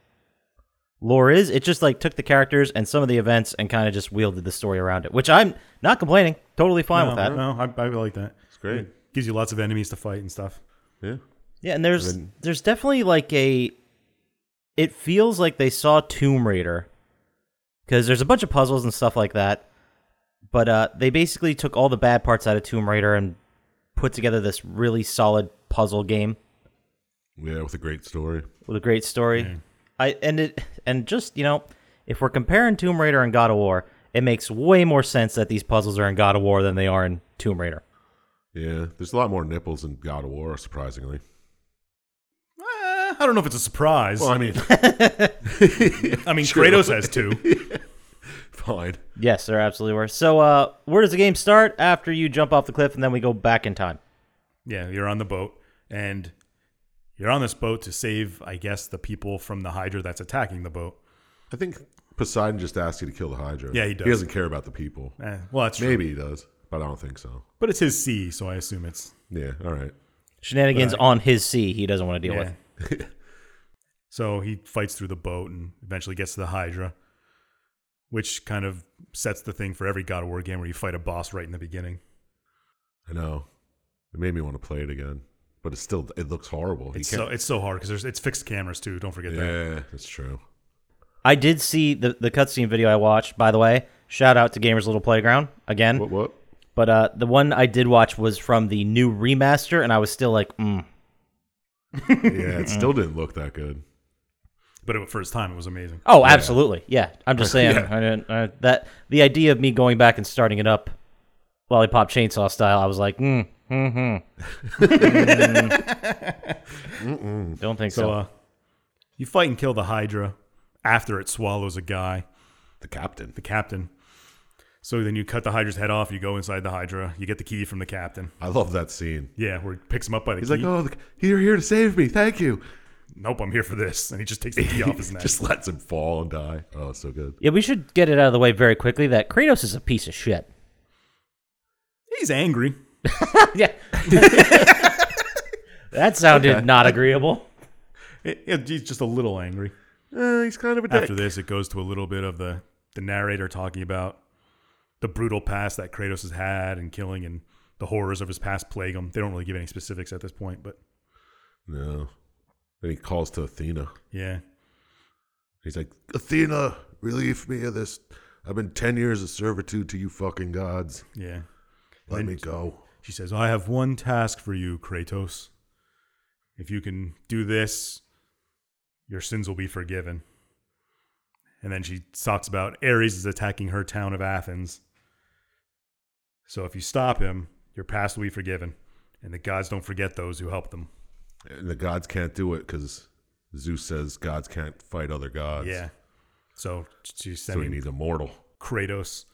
Speaker 2: lore is. It just like took the characters and some of the events and kind of just wielded the story around it, which I'm not complaining. Totally fine with
Speaker 1: no,
Speaker 2: that.
Speaker 1: no, I, I like that. It's
Speaker 3: great.
Speaker 1: Gives you lots of enemies to fight and stuff.
Speaker 3: Yeah.
Speaker 2: Yeah, and there's there's definitely like a it feels like they saw Tomb Raider cuz there's a bunch of puzzles and stuff like that. But uh they basically took all the bad parts out of Tomb Raider and put together this really solid puzzle game
Speaker 3: Yeah, with a great story.
Speaker 2: with a great story. I and it and just, you know, if we're comparing Tomb Raider and God of War, it makes way more sense that these puzzles are in God of War than they are in Tomb Raider.
Speaker 3: Yeah, there's a lot more nipples in God of War, surprisingly.
Speaker 1: Eh, I don't know if it's a surprise.
Speaker 3: Well, I mean,
Speaker 1: I mean,
Speaker 3: sure.
Speaker 1: Kratos has two.
Speaker 3: fine.
Speaker 2: Yes, there absolutely were. So, uh, where does the game start? After you jump off the cliff, and then we go back in time.
Speaker 1: Yeah, you're on the boat, and you're on this boat to save, I guess, the people from the Hydra that's attacking the boat.
Speaker 3: I think Poseidon just asked you to kill the Hydra.
Speaker 1: Yeah, he does.
Speaker 3: He doesn't care about the people.
Speaker 1: Eh, well, that's true.
Speaker 3: Maybe he does, but I don't think so.
Speaker 1: But it's his sea, so I assume it's
Speaker 3: Yeah, all right.
Speaker 2: Shenanigans on his sea, he doesn't want to deal
Speaker 1: yeah.
Speaker 2: with.
Speaker 1: so he fights through the boat and eventually gets to the Hydra, which kind of sets the thing for every God of War game where you fight a boss right in the beginning.
Speaker 3: I know. It made me want to play it again, but it's still it looks horrible. He
Speaker 1: It's so
Speaker 3: can't-
Speaker 1: it's so hard because there's it's fixed cameras too. Don't forget that.
Speaker 3: yeah, that's true.
Speaker 2: I did see the the cutscene video I watched. By the way, shout out to Gamers Little Playground again.
Speaker 3: What? What?
Speaker 2: But uh, the one I did watch was from the new remaster, and I was still like, mm.
Speaker 3: Yeah, it still didn't look that good.
Speaker 1: But it, for his time, it was amazing.
Speaker 2: "Oh, absolutely, yeah." I'm just saying I didn't, I, that the idea of me going back and starting it up, lollipop chainsaw style. I was like, mm, mm-hmm. mm. Don't think so.
Speaker 1: So uh, you fight and kill the Hydra after it swallows a guy.
Speaker 3: The captain.
Speaker 1: the captain. So then you cut the Hydra's head off. You go inside the Hydra. You get the key from the captain.
Speaker 3: I love that scene.
Speaker 1: Yeah, where he picks him up by the
Speaker 3: He's
Speaker 1: key.
Speaker 3: like, "Oh, the, you're here to save me. Thank you."
Speaker 1: nope, I'm here for this. And he just takes the key off his neck.
Speaker 3: Just lets him fall and die. Oh, it's so good.
Speaker 2: Yeah, we should get it out of the way very quickly that Kratos is a piece of shit.
Speaker 1: He's angry.
Speaker 2: yeah. that sounded not agreeable.
Speaker 1: It- it- he's just a little angry.
Speaker 3: Uh, he's kind of a dick.
Speaker 1: After this, it goes to a little bit of the the narrator talking about the brutal past that Kratos has had and killing and the horrors of his past plague him. They don't really give any specifics at this point, but
Speaker 3: No. Then he calls to Athena.
Speaker 1: yeah,
Speaker 3: He's like, Athena, relieve me of this. I've been 10 years of servitude to you fucking gods.
Speaker 1: yeah.
Speaker 3: Let me go.
Speaker 1: She says, I have one task for you, Kratos. If you can do this, your sins will be forgiven. And then she talks about Ares is attacking her town of Athens. So if you stop him, your past will be forgiven. And the gods don't forget those who helped them.
Speaker 3: And the gods can't do it because Zeus says gods can't fight other gods.
Speaker 1: yeah. So she's
Speaker 3: So he
Speaker 1: sending
Speaker 3: needs a mortal.
Speaker 1: Kratos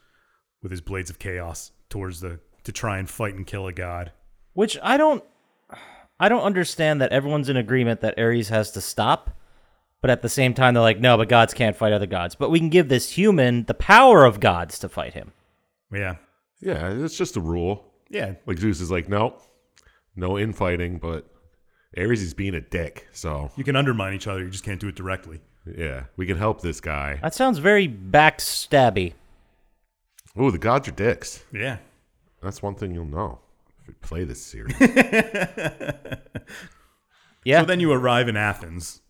Speaker 1: with his blades of chaos towards the to try and fight and kill a god.
Speaker 2: Which I don't I don't understand that everyone's in agreement that Ares has to stop, but at the same time they're like, no, but gods can't fight other gods. But we can give this human the power of gods to fight him.
Speaker 1: Yeah.
Speaker 3: Yeah, it's just a rule.
Speaker 1: Yeah.
Speaker 3: Like Zeus is like, no, no infighting, but Ares is being a dick. So,
Speaker 1: You can undermine each other, you just can't do it directly.
Speaker 3: yeah, we can help this guy.
Speaker 2: That sounds very backstabby.
Speaker 3: Oh, the gods are dicks.
Speaker 1: Yeah.
Speaker 3: That's one thing you'll know if you play this series.
Speaker 2: Yeah.
Speaker 1: So then you arrive in Athens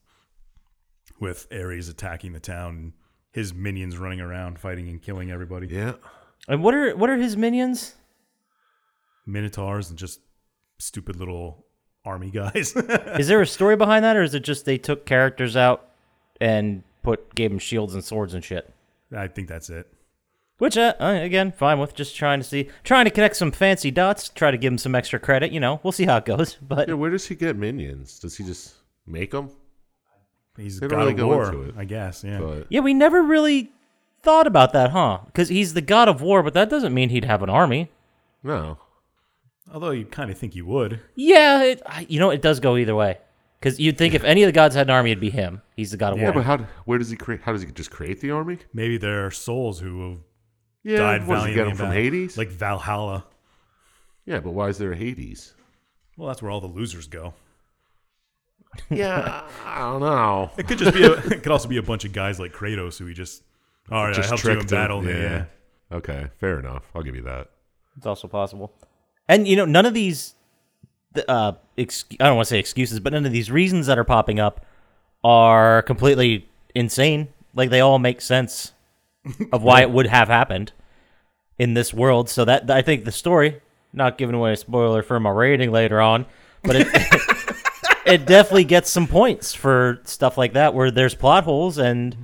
Speaker 1: with Ares attacking the town and his minions running around fighting and killing everybody.
Speaker 3: yeah.
Speaker 2: and what are what are his minions?
Speaker 1: Minotaurs and just stupid little army guys.
Speaker 2: Is there a story behind that or is it just they took characters out and put gave them shields and swords and shit?
Speaker 1: I think that's it.
Speaker 2: Which, uh, uh, again, fine with. Just trying to see, trying to connect some fancy dots. Try to give him some extra credit. You know, we'll see how it goes. But
Speaker 3: Yeah, where does he get minions? Does he just make them?
Speaker 1: He's
Speaker 3: They
Speaker 1: got
Speaker 3: don't really
Speaker 1: a
Speaker 3: go
Speaker 1: war,
Speaker 3: into it,
Speaker 1: I guess. Yeah.
Speaker 3: But
Speaker 2: yeah, we never really thought about that, huh? Because he's the god of war, but that doesn't mean he'd have an army.
Speaker 3: no.
Speaker 1: Although you kind of think he would.
Speaker 2: Yeah, it, I- you know, it does go either way. Because you'd think if any of the gods had an army, it'd be him. He's the god of
Speaker 3: Yeah,
Speaker 2: war.
Speaker 3: but how? d- Where does he create? How does he just create the army?
Speaker 1: Maybe there are souls who have
Speaker 3: Yeah,
Speaker 1: died
Speaker 3: what, does
Speaker 1: valiantly.
Speaker 3: he get them
Speaker 1: in
Speaker 3: from
Speaker 1: battle,
Speaker 3: Hades?
Speaker 1: Like Valhalla.
Speaker 3: yeah, but why is there a Hades?
Speaker 1: Well, that's where all the losers go.
Speaker 3: Yeah, I don't know.
Speaker 1: It could just be. A, it could also be a bunch of guys like Kratos who he just. All right, I
Speaker 3: Just
Speaker 1: helped you in
Speaker 3: tricked him.
Speaker 1: battle. Yeah. yeah.
Speaker 3: Okay, fair enough. I'll give you that.
Speaker 2: It's also possible. And you know, none of these, the, uh, ex- I don't want to say excuses, but none of these reasons that are popping up are completely insane. Like they all make sense of why it would have happened in this world. So that I think the story, not giving away a spoiler for my rating later on, but it. It definitely gets some points for stuff like that where there's plot holes and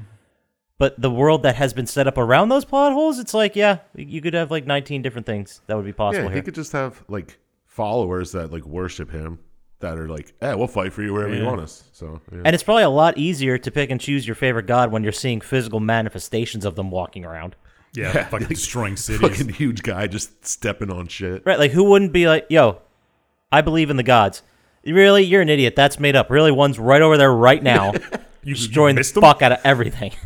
Speaker 2: but the world that has been set up around those plot holes, it's like, yeah, you could have like 19 different things that would be possible
Speaker 3: Yeah, he
Speaker 2: here.
Speaker 3: could just have like followers that like worship him that are like, "Eh, we'll fight for you wherever you want us." So yeah.
Speaker 2: and it's probably a lot easier to pick and choose your favorite god when you're seeing physical manifestations of them walking around.
Speaker 1: fucking destroying cities.
Speaker 3: fucking huge guy just stepping on shit.
Speaker 2: Right? Like, who wouldn't be like, yo, I believe in the gods? Really? You're an idiot. That's made up. Really? One's right over there right now,
Speaker 1: You,
Speaker 2: destroying
Speaker 1: you
Speaker 2: the
Speaker 1: missed 'em?
Speaker 2: fuck out of everything.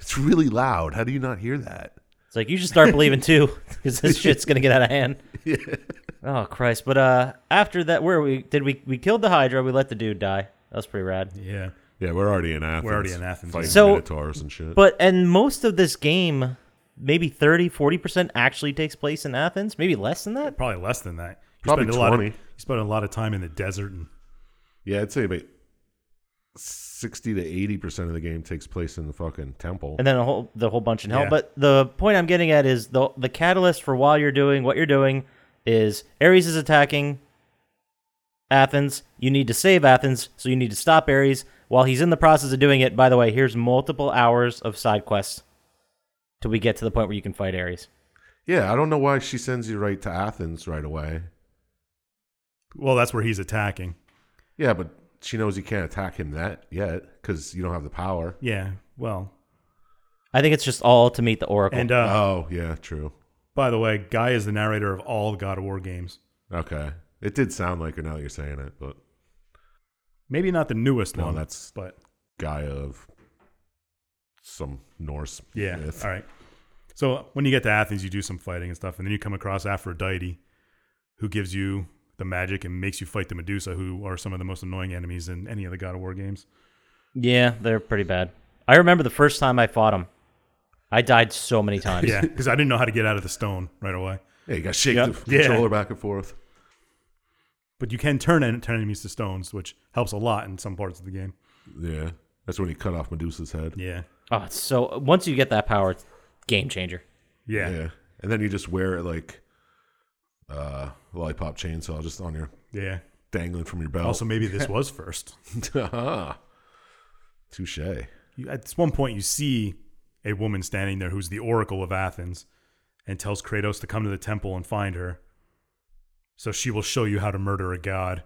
Speaker 3: It's really loud. How do you not hear that?
Speaker 2: It's like you should start believing too, because this shit's gonna get out of hand. Oh Christ! But uh, after that, where we did we we killed the Hydra? We let the dude die. That was pretty rad.
Speaker 1: Yeah.
Speaker 3: Yeah, we're already in Athens.
Speaker 1: already in Athens,
Speaker 3: Fighting
Speaker 1: yeah.
Speaker 2: So-
Speaker 3: minotaurs and shit.
Speaker 2: But and most of this game, maybe 30, 40% actually takes place in Athens, maybe less than that.
Speaker 1: Probably less than that. You
Speaker 3: Probably
Speaker 1: spend a lot of,
Speaker 3: 20.
Speaker 1: You spend a lot of time in the desert and
Speaker 3: yeah, I'd say about sixty to eighty percent of the game takes place in the fucking temple.
Speaker 2: And then a whole the whole bunch in hell.
Speaker 1: Yeah.
Speaker 2: But the point I'm getting at is the the catalyst for while you're doing what you're doing is Ares is attacking Athens. You need to save Athens, so you need to stop Ares. While he's in the process of doing it, by the way, here's multiple hours of side quests till we get to the point where you can fight Ares.
Speaker 3: yeah, I don't know why she sends you right to Athens right away.
Speaker 1: well, that's where he's attacking.
Speaker 3: Yeah, but she knows you can't attack him that yet because you don't have the power.
Speaker 1: Yeah. Well,
Speaker 2: I think it's just all to meet the Oracle.
Speaker 1: and uh,
Speaker 3: oh, yeah, true.
Speaker 1: by the way, Guy is the narrator of all God of War games.
Speaker 3: Okay, it did sound like her now that you're saying it, but
Speaker 1: Maybe not the newest
Speaker 3: No,
Speaker 1: one.
Speaker 3: that's-
Speaker 1: but
Speaker 3: guy of some Norse.
Speaker 1: yeah.
Speaker 3: myth.
Speaker 1: All right. So when you get to Athens, you do some fighting and stuff, and then you come across Aphrodite, who gives you the magic and makes you fight the Medusa, who are some of the most annoying enemies in any of the God of War games.
Speaker 2: Yeah, they're pretty bad. I remember the first time I fought them. I died so many times.
Speaker 1: Yeah, because I didn't know how to get out of the stone right away.
Speaker 3: Yeah, you got to shake
Speaker 1: Yeah.
Speaker 3: the
Speaker 1: Yeah.
Speaker 3: controller back and forth.
Speaker 1: But you can turn en- turn enemies to stones, which helps a lot in some parts of the game.
Speaker 3: Yeah, that's when he cut off Medusa's head.
Speaker 1: Yeah.
Speaker 2: Oh, it's so once you get that power, it's game changer.
Speaker 1: Yeah.
Speaker 3: Yeah, and then you just wear it like uh lollipop chainsaw just on your
Speaker 1: Yeah.
Speaker 3: dangling from your belt.
Speaker 1: Also, maybe this was first.
Speaker 3: Ah. touche.
Speaker 1: You, at this one point, you see a woman standing there who's the oracle of Athens and tells Kratos to come to the temple and find her. So she will show you how to murder a god.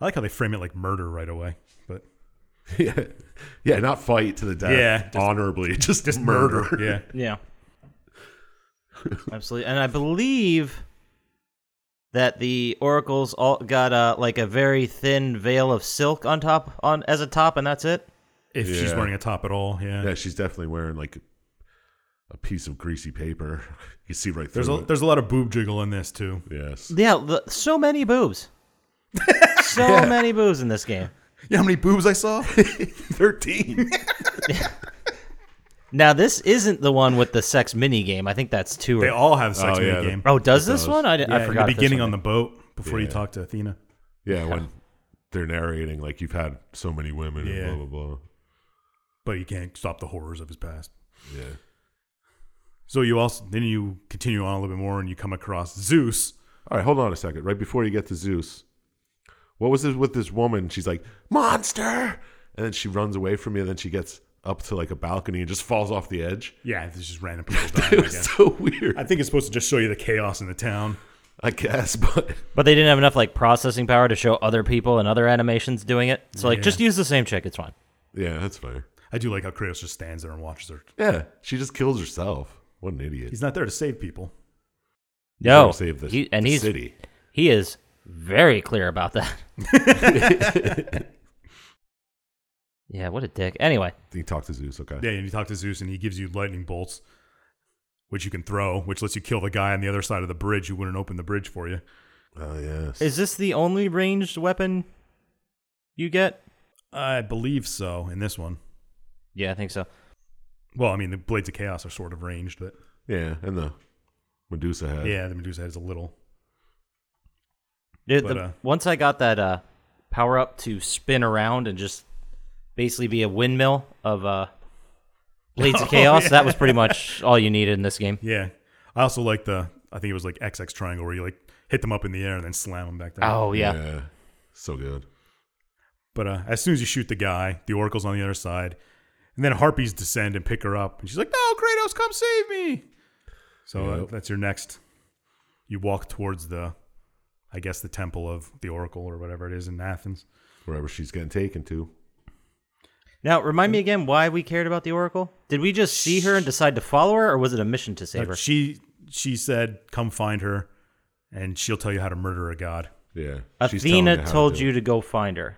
Speaker 1: I like how they frame it like murder right away, but
Speaker 3: yeah, yeah, not fight to the death.
Speaker 1: Yeah, just-
Speaker 3: honorably, just
Speaker 1: just
Speaker 3: murder.
Speaker 1: murder. yeah.
Speaker 2: Yeah. Absolutely. And I believe that the oracles all got uh, like a very thin veil of silk on top on as a top and that's it.
Speaker 1: If she's
Speaker 3: Yeah.
Speaker 1: wearing a top at all, yeah.
Speaker 3: Yeah, she's definitely wearing like a piece of greasy paper. You see right through
Speaker 1: There's a
Speaker 3: it.
Speaker 1: there's a lot of boob jiggle in this too.
Speaker 3: yes.
Speaker 2: Yeah, the, so many boobs. so many boobs in this game.
Speaker 1: Yeah, how many boobs I saw?
Speaker 3: 13.
Speaker 2: Now this isn't the one with the sex mini game. I think that's two or
Speaker 1: they all have sex
Speaker 3: Oh,
Speaker 1: in
Speaker 3: yeah.
Speaker 1: the game.
Speaker 2: Oh, does this one? I, didn't- I
Speaker 1: Yeah, in
Speaker 2: forgot.
Speaker 1: the
Speaker 2: if this
Speaker 1: beginning
Speaker 2: one
Speaker 1: on
Speaker 2: did.
Speaker 1: the boat before you
Speaker 3: Yeah.
Speaker 1: talk to Athena.
Speaker 3: Yeah, when they're narrating, like, you've had so many women
Speaker 1: Yeah.
Speaker 3: and blah, blah, blah.
Speaker 1: But you can't stop the horrors of his past.
Speaker 3: Yeah.
Speaker 1: So you also then you continue on a little bit more and you come across Zeus.
Speaker 3: All right, hold on a second. Right before you get to Zeus, what was it with this woman? She's like, monster! And then she runs away from you, and then she gets up to like a balcony and just falls off the edge.
Speaker 1: Yeah, it's just random people dying.
Speaker 3: It
Speaker 1: I,
Speaker 3: was
Speaker 1: guess.
Speaker 3: so weird,
Speaker 1: I think it's supposed to just show you the chaos in the town.
Speaker 3: I guess, but
Speaker 2: But they didn't have enough like processing power to show other people and other animations doing it. So like, just use the same chick. It's fine.
Speaker 3: yeah, that's fair.
Speaker 1: I do like how Kratos just stands there and watches her.
Speaker 3: Yeah, she just kills herself. What an idiot.
Speaker 1: He's not there to save people.
Speaker 2: No,
Speaker 3: Better save the,
Speaker 2: he, and
Speaker 3: the
Speaker 2: he's
Speaker 3: city.
Speaker 2: he is very clear about that. yeah, what a dick. Anyway,
Speaker 3: He talked to Zeus, okay?
Speaker 1: Yeah, and you talk to Zeus and he gives you lightning bolts, which you can throw, which lets you kill the guy on the other side of the bridge who wouldn't open the bridge for you.
Speaker 3: Oh, yes.
Speaker 2: is this the only ranged weapon you get?
Speaker 1: I believe so in this one.
Speaker 2: Yeah, I think so.
Speaker 1: Well, I mean, the Blades of Chaos are sort of ranged, but
Speaker 3: Yeah, and the Medusa head.
Speaker 1: yeah, the Medusa head is a little.
Speaker 2: Yeah,
Speaker 1: But,
Speaker 2: the-
Speaker 1: uh,
Speaker 2: once I got that uh, power up to spin around and just basically be a windmill of uh, Blades of Chaos, that was pretty much all you needed in this game.
Speaker 1: Yeah. I also like the, I think it was like XX triangle where you like hit them up in the air and then slam them back down.
Speaker 2: Oh, yeah.
Speaker 3: yeah. So good.
Speaker 1: But uh, as soon as you shoot the guy, the Oracle's on the other side. And then Harpies descend and pick her up. And she's like, no, Kratos, come save me. So uh,
Speaker 3: Yep.
Speaker 1: that's your next. You walk towards the, I guess, the temple of the Oracle or whatever it is in Athens.
Speaker 3: Wherever she's getting taken to.
Speaker 2: Now, remind me again why we cared about the Oracle? Did we just see her and decide to follow her, or was it a mission to save her?
Speaker 1: She she said, come find her and she'll tell you how to murder a god.
Speaker 3: Yeah. She's telling you
Speaker 2: Athena
Speaker 3: how to
Speaker 2: told
Speaker 3: do
Speaker 2: you
Speaker 3: it.
Speaker 2: to go find her.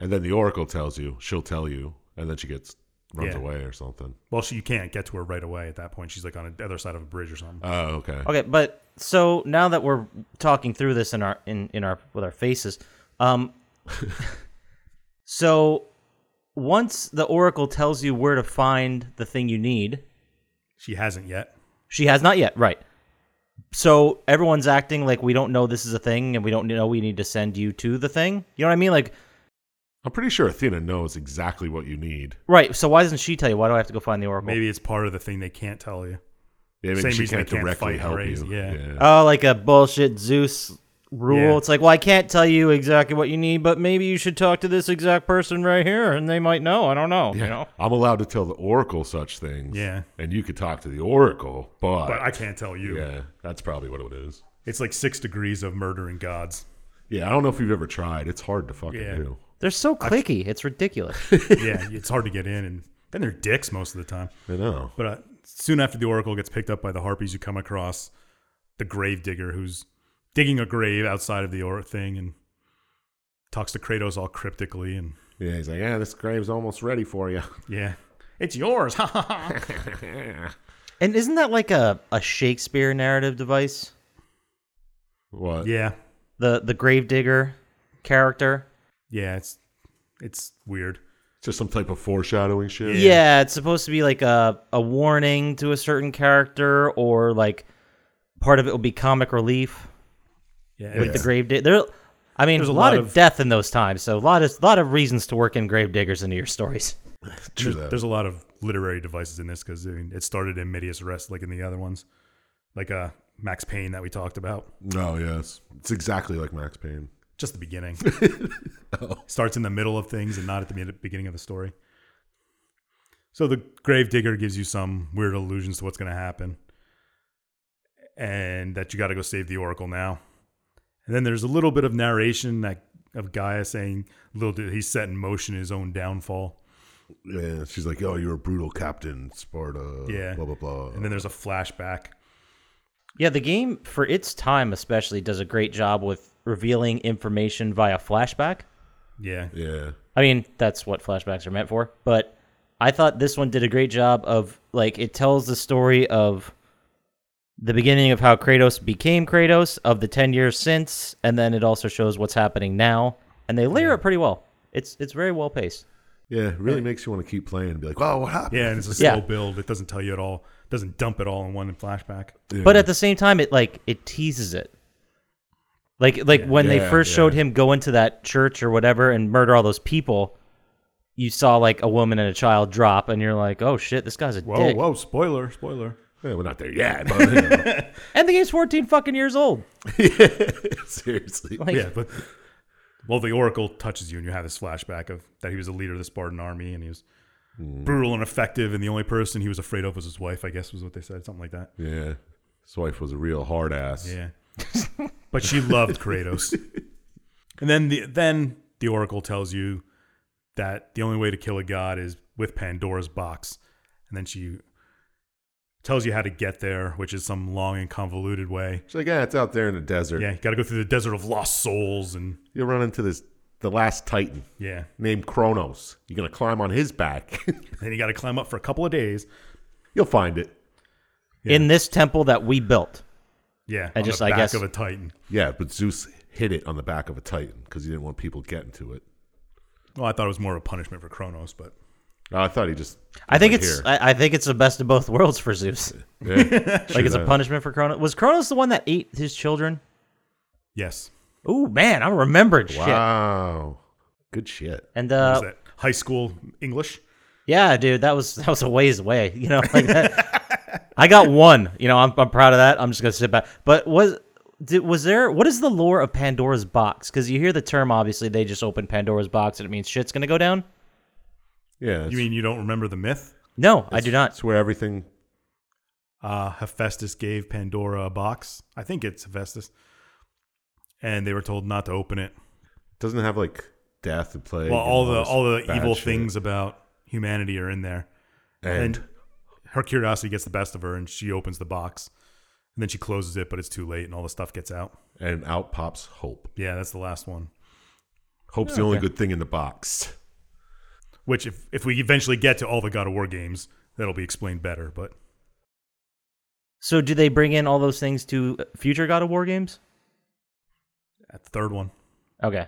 Speaker 3: And then the Oracle tells you. She'll tell you. And then she gets runs
Speaker 1: Yeah.
Speaker 3: away or something.
Speaker 1: Well, she, you can't get to her right away at that point. She's like on the other side of a bridge or something.
Speaker 3: Oh, okay.
Speaker 2: Okay, but so now that we're talking through this in our in, in our with our faces, um, so once the oracle tells you where to find the thing you need,
Speaker 1: She hasn't yet.
Speaker 2: she has not yet, right? So everyone's acting like we don't know this is a thing, and we don't know we need to send you to the thing. You know what I mean? Like,
Speaker 3: I'm pretty sure Athena knows exactly what you need.
Speaker 2: right? So why doesn't she tell you? Why do I have to go find the oracle?
Speaker 1: Maybe it's part of the thing they can't tell you.
Speaker 3: Yeah, maybe
Speaker 1: Same
Speaker 3: she
Speaker 1: reason
Speaker 3: can't
Speaker 1: they can't
Speaker 3: directly
Speaker 1: fight
Speaker 3: help
Speaker 1: Hades,
Speaker 3: you.
Speaker 1: yeah.
Speaker 2: Oh, like a bullshit Zeus rule.
Speaker 1: Yeah.
Speaker 2: It's like, well, I can't tell you exactly what you need, but maybe you should talk to this exact person right here, and they might know. I don't know.
Speaker 3: Yeah.
Speaker 2: You know?
Speaker 3: I'm allowed to tell the Oracle such things.
Speaker 1: Yeah.
Speaker 3: And you could talk to the Oracle, but,
Speaker 1: But I can't tell you.
Speaker 3: yeah, that's probably what it is.
Speaker 1: It's like six degrees of murdering gods.
Speaker 3: Yeah, I don't know if you've ever tried. It's hard to fucking
Speaker 1: Yeah.
Speaker 3: do.
Speaker 2: They're so clicky. It's ridiculous.
Speaker 1: yeah, it's hard to get in, and then they're dicks most of the time.
Speaker 3: I know.
Speaker 1: But uh, soon after the oracle gets picked up by the harpies, you come across the grave digger who's digging a grave outside of the or thing and talks to Kratos all cryptically, and
Speaker 3: Yeah, he's like, yeah, this grave's almost ready for you.
Speaker 1: yeah, it's yours. Ha ha ha.
Speaker 2: and isn't that like a, a Shakespeare narrative device?
Speaker 3: What?
Speaker 1: yeah,
Speaker 2: The the gravedigger character.
Speaker 1: yeah, it's it's weird.
Speaker 3: Just some type of foreshadowing shit.
Speaker 2: Yeah. it's supposed to be like a, a warning to a certain character, or like part of it will be comic relief.
Speaker 1: Yeah,
Speaker 2: with the grave dig- There, I mean,
Speaker 1: There's a
Speaker 2: a lot,
Speaker 1: lot
Speaker 2: of,
Speaker 1: of-
Speaker 2: death in those times, so a lot of lot of reasons to work in grave diggers into your stories.
Speaker 3: True
Speaker 1: there's,
Speaker 3: that.
Speaker 1: there's a lot of literary devices in this because I mean, it started in Midius Rest, like in the other ones, like uh, Max Payne that we talked about.
Speaker 3: No, yes. It's exactly like Max Payne.
Speaker 1: Just the beginning Oh. starts in the middle of things and not at the mid- beginning of the story. So the grave digger gives you some weird allusions to what's going to happen, and that you got to go save the oracle now. And then there's a little bit of narration that of Gaia saying, "Little did he set in motion his own downfall."
Speaker 3: Yeah, she's like, oh, you're a brutal captain, Sparta.
Speaker 1: Yeah.
Speaker 3: Blah, blah, blah.
Speaker 1: And then there's a flashback
Speaker 2: Yeah, the game for its time especially does a great job with revealing information via flashback.
Speaker 1: Yeah.
Speaker 3: yeah.
Speaker 2: I mean, that's what flashbacks are meant for, but I thought this one did a great job of like it tells the story of the beginning of how Kratos became Kratos of the 10 years since and then it also shows what's happening now and they layer it pretty well. It's it's very well paced.
Speaker 3: Yeah, it really makes you want to keep playing and be like, wow, what happened?
Speaker 1: Yeah, and it's a
Speaker 2: Yeah.
Speaker 1: slow build. It doesn't tell you at all. Doesn't dump it all in one flashback.
Speaker 2: But uh, at the same time, it like it teases it. Like like when they
Speaker 3: Yeah,
Speaker 2: first showed
Speaker 3: yeah.
Speaker 2: him go into that church or whatever and murder all those people, you saw like a woman and a child drop, and you're like, oh shit, this guy's a
Speaker 1: Whoa,
Speaker 2: dick.
Speaker 1: whoa, spoiler, spoiler.
Speaker 3: Yeah, we're not there yet. But, you know,
Speaker 2: And the game's 14 fucking years old.
Speaker 3: seriously.
Speaker 2: Like,
Speaker 1: Yeah, but well, the Oracle touches you and you have this flashback of that he was a leader of the Spartan army and he was brutal and effective and the only person he was afraid of was his wife, I guess was what they said, something like that.
Speaker 3: Yeah. His wife was a real hard ass.
Speaker 1: Yeah. but she loved Kratos. And then the then the Oracle tells you that the only way to kill a god is with Pandora's box. And then she tells you how to get there, which is some long and convoluted way.
Speaker 3: She's like, yeah, it's out there in the desert.
Speaker 1: Yeah, you got to go through the desert of lost souls and
Speaker 3: You'll run into this the last Titan
Speaker 1: yeah.
Speaker 3: named Kronos. You're gonna climb on his back.
Speaker 1: Then you got to climb up for a couple of days.
Speaker 3: You'll find it.
Speaker 2: In this temple that we built.
Speaker 1: Yeah,
Speaker 2: I
Speaker 1: on
Speaker 2: just-
Speaker 1: the
Speaker 2: I
Speaker 1: back
Speaker 2: guess-
Speaker 1: of a titan.
Speaker 3: Yeah, but Zeus hit it on the back of a Titan because he didn't want people getting to it.
Speaker 1: Well, I thought it was more of a punishment for Kronos, but
Speaker 3: No, Oh, I thought he just.
Speaker 2: I think
Speaker 3: right
Speaker 2: it's
Speaker 3: here.
Speaker 2: I, I think it's the best of both worlds for Zeus.
Speaker 3: Yeah.
Speaker 2: Like it's a
Speaker 3: that.
Speaker 2: punishment for Kronos. Was Kronos the one that ate his children?
Speaker 1: yes,
Speaker 2: Ooh man, I'm remembered shit.
Speaker 3: wow. Good shit.
Speaker 2: And
Speaker 1: was
Speaker 2: uh,
Speaker 1: that high school English?
Speaker 2: yeah, dude, that was that was a ways away. You know, like that. I got one. You know, I'm I'm proud of that. I'm just gonna sit back. But was did, was there what is the lore of Pandora's box? Because you hear the term, obviously, they just opened Pandora's box and it means shit's gonna go down.
Speaker 3: Yeah. it's-
Speaker 1: You mean you don't remember the myth?
Speaker 2: No, I do not.
Speaker 3: It's where everything.
Speaker 1: Uh, Hephaestus gave Pandora a box. I think it's Hephaestus, and they were told not to open it.
Speaker 3: Doesn't it have like death and plague.
Speaker 1: well,
Speaker 3: and
Speaker 1: all the
Speaker 3: this
Speaker 1: all the
Speaker 3: bad
Speaker 1: evil
Speaker 3: shit?
Speaker 1: things about humanity are in there,
Speaker 3: And,
Speaker 1: and her curiosity gets the best of her, and she opens the box, and then she closes it, but it's too late, and all the stuff gets out.
Speaker 3: and out pops hope.
Speaker 1: Yeah, that's the last one.
Speaker 3: Hope's
Speaker 1: Oh,
Speaker 3: the only good thing in the box.
Speaker 1: Which, if if we eventually get to all the God of War games, that'll be explained better. But
Speaker 2: So do they bring in all those things to uh, future God of War games?
Speaker 1: at the third one,
Speaker 2: Okay.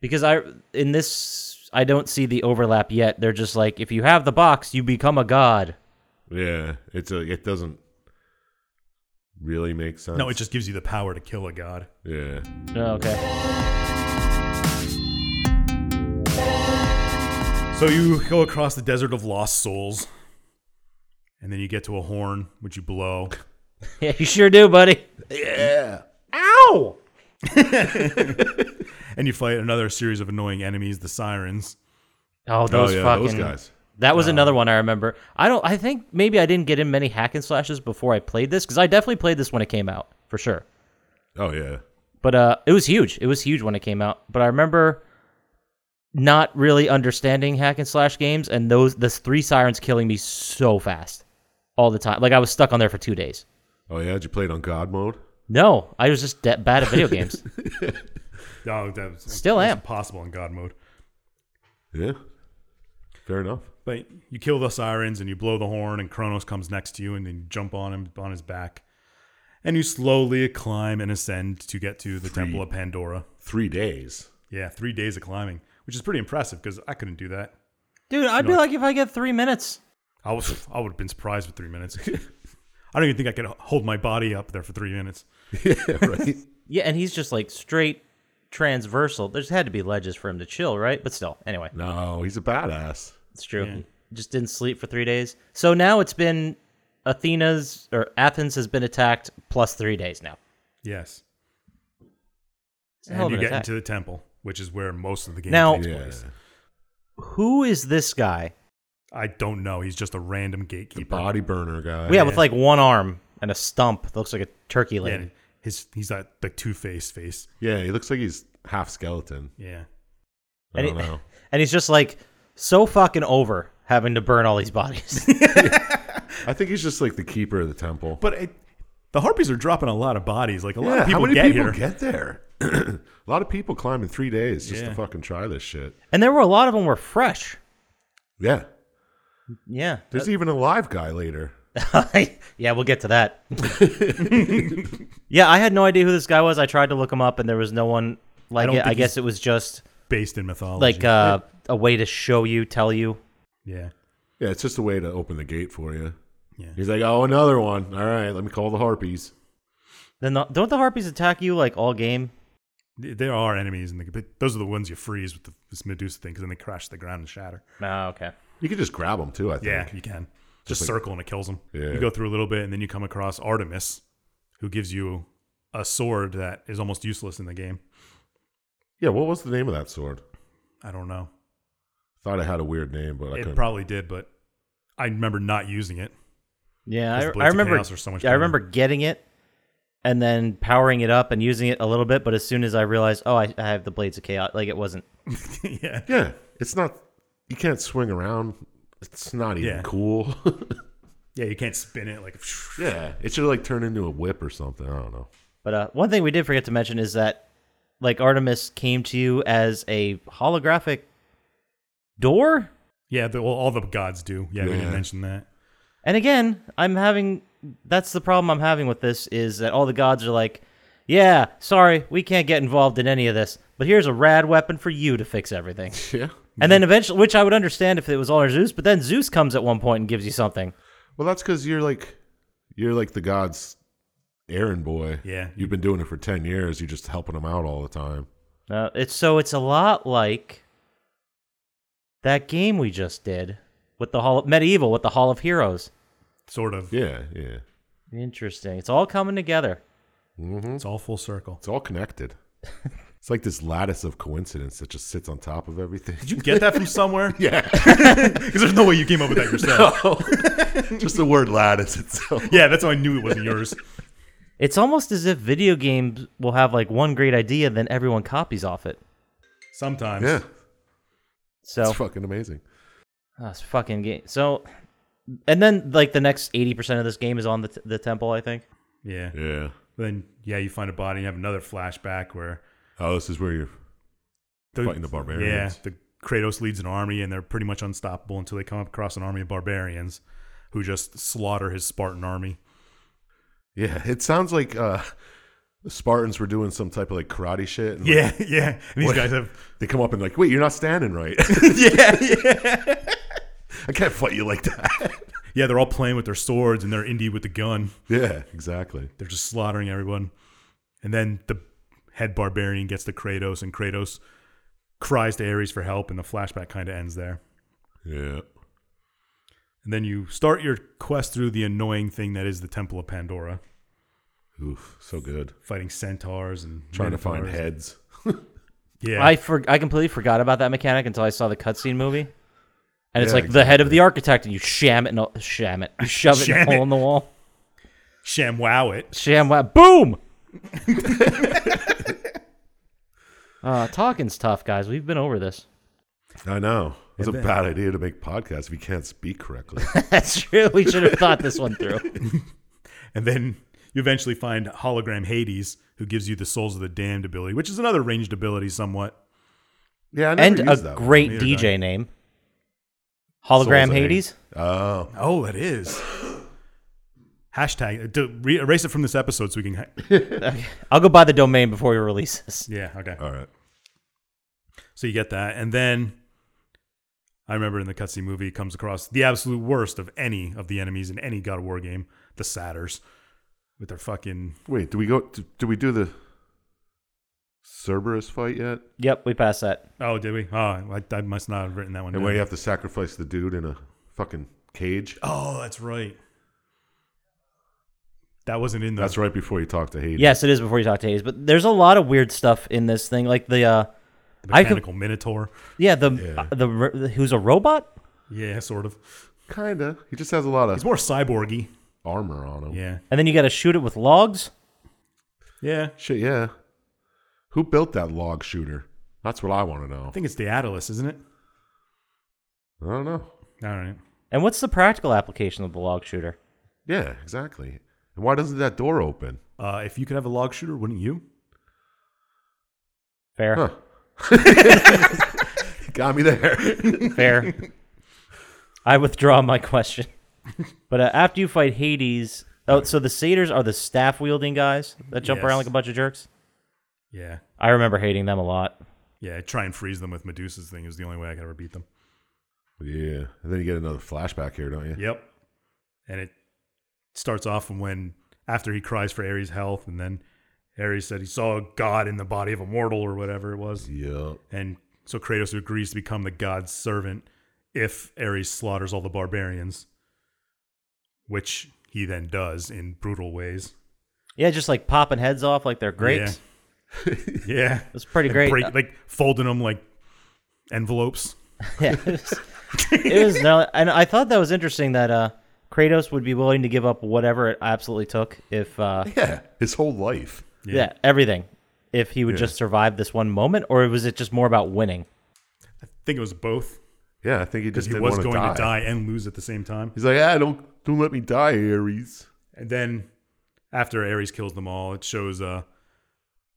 Speaker 2: Because I in this I don't see the overlap yet. They're just like if you have the box, you become a god.
Speaker 3: Yeah. It's a. It doesn't really make sense.
Speaker 1: no, it just gives you the power to kill a god.
Speaker 3: Yeah.
Speaker 2: Oh, okay.
Speaker 1: So you go across the desert of lost souls, and then you get to a horn, which you blow.
Speaker 2: Yeah, you sure do, buddy.
Speaker 1: and you fight another series of annoying enemies, the sirens.
Speaker 2: Oh, those
Speaker 3: oh yeah,
Speaker 2: fucking
Speaker 3: those guys.
Speaker 2: That was another one I remember. I don't I think maybe I didn't get in many hack and slashes before I played this cuz I definitely played this when it came out, for sure.
Speaker 3: Oh yeah.
Speaker 2: But uh it was huge. It was huge when it came out. But I remember not really understanding hack and slash games and those the three sirens killing me so fast all the time. Like I was stuck on there for 2 days.
Speaker 3: Oh yeah. Did you play it on God mode?
Speaker 2: No, I was just de- bad at video games.
Speaker 1: Oh, that was,
Speaker 2: Still
Speaker 1: that's
Speaker 2: am.
Speaker 1: impossible in God mode.
Speaker 3: Yeah. Fair enough.
Speaker 1: But you kill the sirens and you blow the horn, and Kronos comes next to you, and then you jump on him on his back, and you slowly climb and ascend to get to the Temple of Pandora.
Speaker 3: Three days.
Speaker 1: Yeah, three days of climbing, which is pretty impressive because I couldn't do that.
Speaker 2: Dude, I'd be like if I get three minutes.
Speaker 1: I was I would have been surprised with three minutes. I don't even think I could hold my body up there for three minutes.
Speaker 3: yeah. Right.
Speaker 2: Yeah, and he's just like straight transversal. There's had to be ledges for him to chill, right? But still, anyway,
Speaker 3: no, he's a badass.
Speaker 2: it's true. Just didn't sleep for three days. So now it's been Athena's or Athens has been attacked plus three days now.
Speaker 1: Yes,
Speaker 2: It's a hell
Speaker 1: and
Speaker 2: of
Speaker 1: you
Speaker 2: an
Speaker 1: get
Speaker 2: attack.
Speaker 1: into the temple, which is where most Oh, of the game
Speaker 2: Now-
Speaker 1: takes
Speaker 3: Yeah.
Speaker 1: place.
Speaker 2: Who is this guy?
Speaker 1: I don't know. He's just a random
Speaker 3: The
Speaker 1: gatekeeper.
Speaker 3: body burner guy.
Speaker 2: yeah, with like one arm and a stump that looks like a turkey leg.
Speaker 1: Yeah, his he's that the two face face.
Speaker 3: Yeah, he looks like he's half skeleton.
Speaker 1: Yeah,
Speaker 3: I
Speaker 2: And
Speaker 3: don't
Speaker 2: he-
Speaker 3: know.
Speaker 2: And he's just like so fucking over having to burn all these bodies.
Speaker 3: I think he's just like the keeper of the temple.
Speaker 1: but it, the harpies are dropping a lot of bodies. Like a lot
Speaker 3: yeah,
Speaker 1: of people
Speaker 3: how many
Speaker 1: get here.
Speaker 3: people get there? a lot of people climb in three days just
Speaker 1: Yeah.
Speaker 3: to fucking try this shit.
Speaker 2: and there were a lot of them were fresh.
Speaker 3: Yeah,
Speaker 2: Yeah.
Speaker 3: there's even a live guy later.
Speaker 2: yeah, we'll get to that. yeah, I had no idea who this guy was. I tried to look him up, and there was no one like
Speaker 1: don't
Speaker 2: it. I
Speaker 1: think
Speaker 2: guess it was just
Speaker 1: based in mythology.
Speaker 2: like uh, a way to show you, tell you.
Speaker 1: yeah,
Speaker 3: Yeah, it's just a way to open the gate for you.
Speaker 1: Yeah.
Speaker 3: He's like, oh, another one. All right, let me call the harpies.
Speaker 2: Then the, don't the harpies attack you like all game?
Speaker 1: Th- there are enemies, in the, but those are the ones you freeze with the, this Medusa thing because then they crash to the ground and shatter.
Speaker 2: Oh, okay.
Speaker 3: You could just grab them too. I think.
Speaker 1: Yeah, you can just, circle and it kills them.
Speaker 3: Yeah.
Speaker 1: You go through a little bit and then you come across Artemis, who gives you a sword that is almost useless in the game.
Speaker 3: Yeah. What was the name of that sword?
Speaker 1: I don't know.
Speaker 3: Thought it had a weird name, but I
Speaker 1: it
Speaker 3: couldn't.
Speaker 1: probably did, but I remember not using it.
Speaker 2: Yeah,
Speaker 1: Because the
Speaker 2: I, I
Speaker 1: Blades of
Speaker 2: remember.
Speaker 1: Chaos are so much
Speaker 2: yeah, I
Speaker 1: better.
Speaker 2: remember getting it, and then powering it up and using it a little bit. But as soon as I realized, oh, I, I have the blades of chaos. Like it wasn't.
Speaker 1: yeah,
Speaker 3: yeah, it's not. You can't swing around. It's not even
Speaker 1: Yeah.
Speaker 3: cool.
Speaker 1: yeah, you can't spin it like.
Speaker 3: yeah, it should like turn into a whip or something. I don't know.
Speaker 2: But uh, one thing we did forget to mention is that, like, Artemis came to you as a holographic door.
Speaker 1: Yeah, the, well, all the gods do. Yeah, we
Speaker 3: Yeah.
Speaker 1: didn't mention that.
Speaker 2: And again, I'm having that's the problem I'm having with this is that all the gods are like, yeah, sorry, we can't get involved in any of this, but here's a rad weapon for you to fix everything.
Speaker 3: Yeah.
Speaker 2: And then eventually, which I would understand if it was all or Zeus, but then Zeus comes at one point and gives you something.
Speaker 3: Well, that's because you're like, you're like the god's errand boy.
Speaker 1: Yeah.
Speaker 3: You've been doing it for ten years. You're just helping him out all the time.
Speaker 2: Uh, it's so it's a lot like that game we just did with the Hall of Medieval with the Hall of Heroes.
Speaker 1: Sort of.
Speaker 3: Yeah, yeah.
Speaker 2: Interesting. It's all coming together.
Speaker 3: Mm-hmm.
Speaker 1: It's all full circle.
Speaker 3: It's all connected. it's like this lattice of coincidence that just sits on top of everything.
Speaker 1: Did you get that from somewhere?
Speaker 3: Yeah.
Speaker 1: Because there's no way you came up with that yourself.
Speaker 3: just the word lattice itself.
Speaker 1: Yeah, that's how I knew it wasn't yours.
Speaker 2: It's almost as if video games will have like one great idea, then everyone copies off it.
Speaker 1: Sometimes.
Speaker 3: Yeah.
Speaker 2: So
Speaker 3: It's fucking amazing.
Speaker 2: Oh, it's fucking game. So, and then like the next eighty percent of this game is on the t- the temple. I think.
Speaker 1: Yeah.
Speaker 3: Yeah.
Speaker 1: Then yeah, you find a body and you have another flashback where
Speaker 3: Oh, this is where you're fighting the barbarians.
Speaker 1: Yeah, the Kratos leads an army, and they're pretty much unstoppable until they come up across an army of barbarians who just slaughter his Spartan army.
Speaker 3: Yeah. It sounds like uh, the Spartans were doing some type of like karate shit. And like,
Speaker 1: Yeah, yeah. And these
Speaker 3: What?
Speaker 1: guys have
Speaker 3: they come up and like, wait, you're not standing right.
Speaker 1: yeah, yeah,
Speaker 3: I can't fight you like that.
Speaker 1: yeah. They're all playing with their swords, and they're indie with the gun.
Speaker 3: yeah, exactly.
Speaker 1: They're just slaughtering everyone, and then the head barbarian gets to Kratos, and Kratos cries to Ares for help, and the flashback kind of ends there.
Speaker 3: Yeah.
Speaker 1: And then you start your quest through the annoying thing that is the Temple of Pandora,
Speaker 3: Oof, so good.
Speaker 1: fighting centaurs and
Speaker 3: Trying to find
Speaker 1: minotaurs.
Speaker 3: heads.
Speaker 1: Yeah,
Speaker 2: I for I completely forgot about that mechanic until I saw the cutscene movie. And it's
Speaker 3: Yeah,
Speaker 2: like the head of the architect, and you sham it, and all- sham it, you shove it, in a
Speaker 1: Sham
Speaker 2: hole
Speaker 1: it.
Speaker 2: in the wall,
Speaker 1: sham wow it.
Speaker 2: sham wow, boom. uh, talking's tough, guys. We've been over this.
Speaker 3: I know. It's a
Speaker 1: then-
Speaker 3: bad idea to make podcasts if you can't speak correctly.
Speaker 2: That's true. We should have thought this one through.
Speaker 1: And then you eventually find hologram Hades, who gives you the souls of the damned ability, which is another ranged ability somewhat.
Speaker 3: yeah, I never
Speaker 2: And
Speaker 3: used
Speaker 2: a
Speaker 3: that one.
Speaker 2: great
Speaker 1: Neither did
Speaker 2: DJ name, hologram
Speaker 3: Souls of
Speaker 2: Hades.
Speaker 3: Oh,
Speaker 1: Oh, that is. Hashtag uh, to re- erase it from this episode so we can. Ha-
Speaker 2: I'll go buy the domain before we release this.
Speaker 1: yeah, okay.
Speaker 3: all right.
Speaker 1: So you get that, and then I remember in the cutscene movie it comes across the absolute worst of any of the enemies in any God of War game, the Satyrs, with their fucking
Speaker 3: Wait, do we go? Do, do we do the Cerberus fight yet?
Speaker 2: Yep, we passed that.
Speaker 1: oh did we oh I, I must not have written that one
Speaker 3: And
Speaker 1: down.
Speaker 3: where you have to sacrifice the dude in a fucking cage?
Speaker 1: oh that's right that wasn't in the
Speaker 3: That's right before you talk to Hades.
Speaker 2: Yes, it is before you talk to Hades, but there's a lot of weird stuff in this thing, like the uh,
Speaker 1: the
Speaker 2: I could-
Speaker 1: mechanical Minotaur
Speaker 2: yeah, the
Speaker 3: Yeah.
Speaker 2: uh, the ro- who's a robot.
Speaker 1: yeah sort of
Speaker 3: kinda. He just has a lot
Speaker 1: He's
Speaker 3: of
Speaker 1: more cyborgy.
Speaker 3: armor on him.
Speaker 1: Yeah.
Speaker 2: And then you got to shoot it with logs.
Speaker 1: Yeah.
Speaker 3: Shit, yeah. Who built that log shooter? That's what I want to
Speaker 1: I
Speaker 3: know.
Speaker 1: think it's the Atlas, isn't it?
Speaker 3: I don't know.
Speaker 1: All right.
Speaker 2: And what's the practical application of the log shooter?
Speaker 3: Yeah, exactly. And why doesn't that door open?
Speaker 1: Uh, if you could have a log shooter, wouldn't you?
Speaker 2: Fair,
Speaker 3: Huh. Got me there.
Speaker 2: fair. I withdraw my question. But uh, after you fight Hades, oh, so the satyrs are the staff wielding guys that jump around
Speaker 1: Yes.
Speaker 2: like a bunch of jerks.
Speaker 1: Yeah.
Speaker 2: I remember hating them a lot.
Speaker 1: Yeah. Try and freeze them with Medusa's thing is the only way I could ever beat them.
Speaker 3: yeah. And then you get another flashback here, don't you?
Speaker 1: Yep. And it starts off from when after he cries for Ares' health, and then Ares said he saw a god in the body of a mortal or whatever it was.
Speaker 3: Yep.
Speaker 1: And so Kratos agrees to become the god's servant if Ares slaughters all the barbarians, which he then does in brutal ways.
Speaker 2: Yeah, just like popping heads off like they're grapes.
Speaker 1: Yeah. yeah.
Speaker 2: It's pretty
Speaker 1: And
Speaker 2: great.
Speaker 1: break- like folding them like envelopes.
Speaker 2: Yeah, it was, it was no, and I thought that was interesting that uh, Kratos would be willing to give up whatever it absolutely took if uh,
Speaker 3: Yeah. His whole life.
Speaker 2: yeah. everything if he would just survive this one moment, or was it just more about winning?
Speaker 1: I think it was both
Speaker 3: Yeah, I think he
Speaker 1: because
Speaker 3: just
Speaker 1: he
Speaker 3: didn't
Speaker 1: was
Speaker 3: wanna
Speaker 1: going to die and lose at the same time.
Speaker 3: He's like, ah, don't don't let me die, Ares.
Speaker 1: And then after Ares kills them all, it shows uh,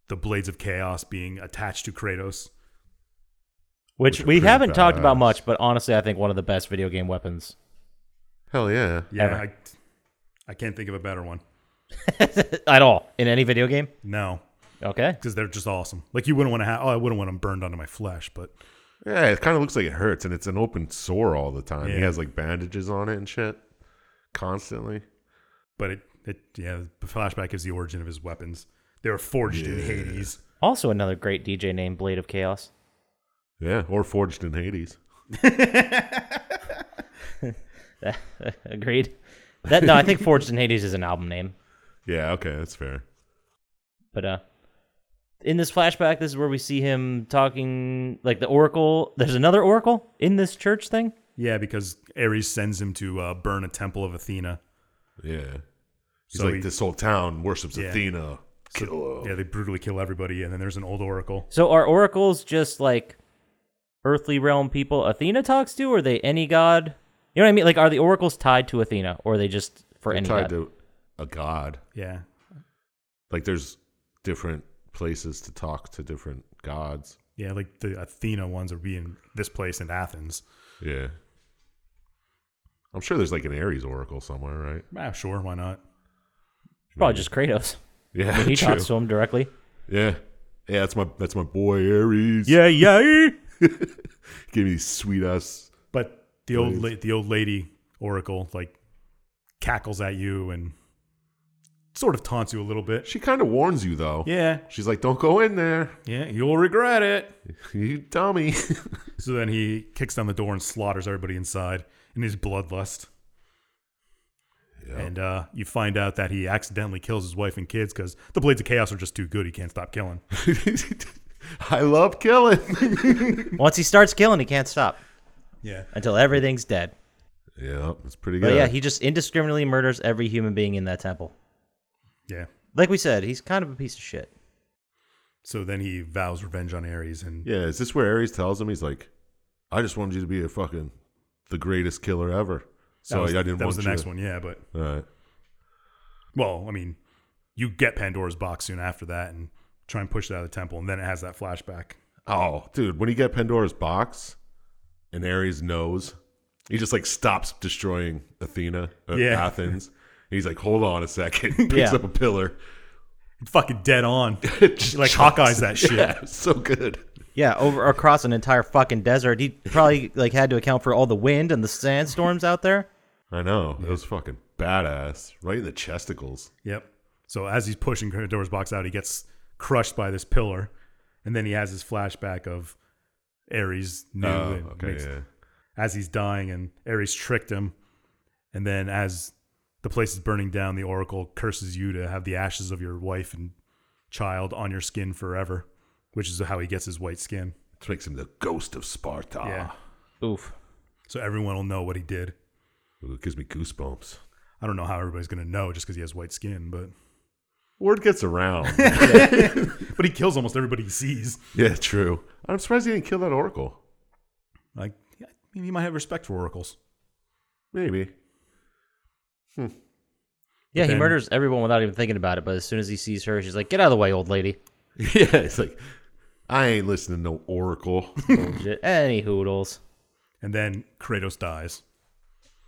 Speaker 1: the blades of chaos being attached to Kratos.
Speaker 2: Which
Speaker 3: Which
Speaker 2: we
Speaker 3: pretty
Speaker 2: haven't talked about
Speaker 3: badass.
Speaker 2: much, but honestly, I think one of the best video game weapons.
Speaker 3: Hell yeah.
Speaker 1: Yeah,
Speaker 2: Ever.
Speaker 1: I, I can't think of a better one.
Speaker 2: uh, At all in any video game.
Speaker 1: No,
Speaker 2: Okay.
Speaker 1: because they're just awesome. Like you wouldn't want to have. Oh, I wouldn't want them burned onto my flesh, but
Speaker 3: Yeah, it kind of looks like it hurts, and it's an open sore all the time. He
Speaker 1: Yeah.
Speaker 3: has like bandages on it and shit, constantly.
Speaker 1: But it, it yeah, the flashback is the origin of his weapons. They were forged in Hades.
Speaker 2: Also, another great DJ named Blade of Chaos.
Speaker 3: Yeah, or forged in Hades.
Speaker 2: Agreed. That no, I think Forged in Hades is an album name.
Speaker 3: Yeah, okay, that's fair.
Speaker 2: But uh in this flashback, this is where we see him talking like the Oracle. There's another Oracle in this church thing.
Speaker 1: Yeah, because Ares sends him to uh, burn a temple of Athena.
Speaker 3: Yeah, he's
Speaker 1: So
Speaker 3: like
Speaker 1: he-
Speaker 3: this whole town worships
Speaker 1: Yeah.
Speaker 3: Athena. Kill her.
Speaker 1: Yeah, they brutally kill everybody, and then there's an old oracle.
Speaker 2: So are oracles just like earthly realm people Athena talks to? Or are they any god? You know what I mean? Like, are the oracles tied to Athena, or are they just for
Speaker 3: They're
Speaker 2: any
Speaker 3: tied
Speaker 2: god?
Speaker 3: to a god.
Speaker 1: Yeah,
Speaker 3: Like there's different places to talk to different gods.
Speaker 1: yeah, like the Athena ones are being this place in Athens.
Speaker 3: Yeah, I'm sure there's like an Aries oracle somewhere, right?
Speaker 1: Ah, sure, why not?
Speaker 2: Probably just Kratos.
Speaker 3: Yeah,
Speaker 2: He
Speaker 3: true.
Speaker 2: talks to him directly.
Speaker 3: Yeah, yeah, that's my that's my boy Aries.
Speaker 2: yeah.
Speaker 3: give me these sweet ass.
Speaker 1: But the old la- the old lady oracle like cackles at you and sort of taunts you a little bit.
Speaker 3: She kind of warns you though.
Speaker 1: Yeah,
Speaker 3: She's like, "Don't go in there,
Speaker 1: yeah, you'll regret it.
Speaker 3: you dummy."
Speaker 1: So then he kicks down the door and slaughters everybody inside in his bloodlust. And uh, you find out that he accidentally kills his wife and kids because the Blades of Chaos are just too good. He can't stop killing.
Speaker 3: I love killing.
Speaker 2: Once he starts killing, he can't stop
Speaker 1: Yeah.
Speaker 2: until everything's dead.
Speaker 3: yeah, it's pretty
Speaker 2: But
Speaker 3: good.
Speaker 2: yeah, he just indiscriminately murders every human being in that temple.
Speaker 1: Yeah.
Speaker 2: Like we said, he's kind of a piece of shit.
Speaker 1: So then he vows revenge on Ares. And
Speaker 3: yeah, is this where Ares tells him he's like, "I just wanted you to be a fucking the greatest killer ever."
Speaker 1: that
Speaker 3: So
Speaker 1: was,
Speaker 3: I didn't
Speaker 1: that
Speaker 3: want
Speaker 1: was the
Speaker 3: you
Speaker 1: next
Speaker 3: to-
Speaker 1: one. Yeah. But,
Speaker 3: All right.
Speaker 1: well, I mean, you get Pandora's box soon after that and try and push it out of the temple. And then it has that flashback.
Speaker 3: Oh, dude, when you get Pandora's box and Ares knows, he just like stops destroying Athena, uh,
Speaker 1: Yeah.
Speaker 3: Athens. He's like, "Hold on a second. Picks
Speaker 2: Yeah.
Speaker 3: up a pillar.
Speaker 1: Fucking dead on.
Speaker 3: Just
Speaker 1: Like
Speaker 3: chops
Speaker 1: Hawkeye's
Speaker 3: it.
Speaker 1: that shit.
Speaker 3: Yeah, so good.
Speaker 2: Yeah, over across an entire fucking desert. He probably like had to account for all the wind and the sandstorms out there.
Speaker 3: I know. It was fucking badass. Right in the chesticles.
Speaker 1: Yep. So as he's pushing Pandora's box out, he gets crushed by this pillar, and then he has his flashback of Ares knew
Speaker 3: Oh,
Speaker 1: and
Speaker 3: okay,
Speaker 1: makes-
Speaker 3: yeah.
Speaker 1: as he's dying, and Ares tricked him, and then as the place is burning down, the Oracle curses you to have the ashes of your wife and child on your skin forever, which is how he gets his white skin.
Speaker 3: Which makes him the ghost of Sparta.
Speaker 1: Yeah.
Speaker 2: Oof.
Speaker 1: So everyone will know what he did.
Speaker 3: Ooh, it gives me goosebumps.
Speaker 1: I don't know how everybody's gonna know just because he has white skin, but
Speaker 3: Word gets around.
Speaker 1: but he kills almost everybody he sees.
Speaker 3: yeah, true. I'm surprised he didn't kill that oracle.
Speaker 1: Like, I mean, he might have respect for oracles.
Speaker 3: Maybe.
Speaker 2: Yeah, he
Speaker 1: then-
Speaker 2: murders everyone without even thinking about it. But as soon as he sees her, she's like, "Get out of the way, old lady."
Speaker 3: yeah, it's like, I ain't listening to no oracle.
Speaker 2: Bullshit. Any hoodles.
Speaker 1: And then Kratos dies.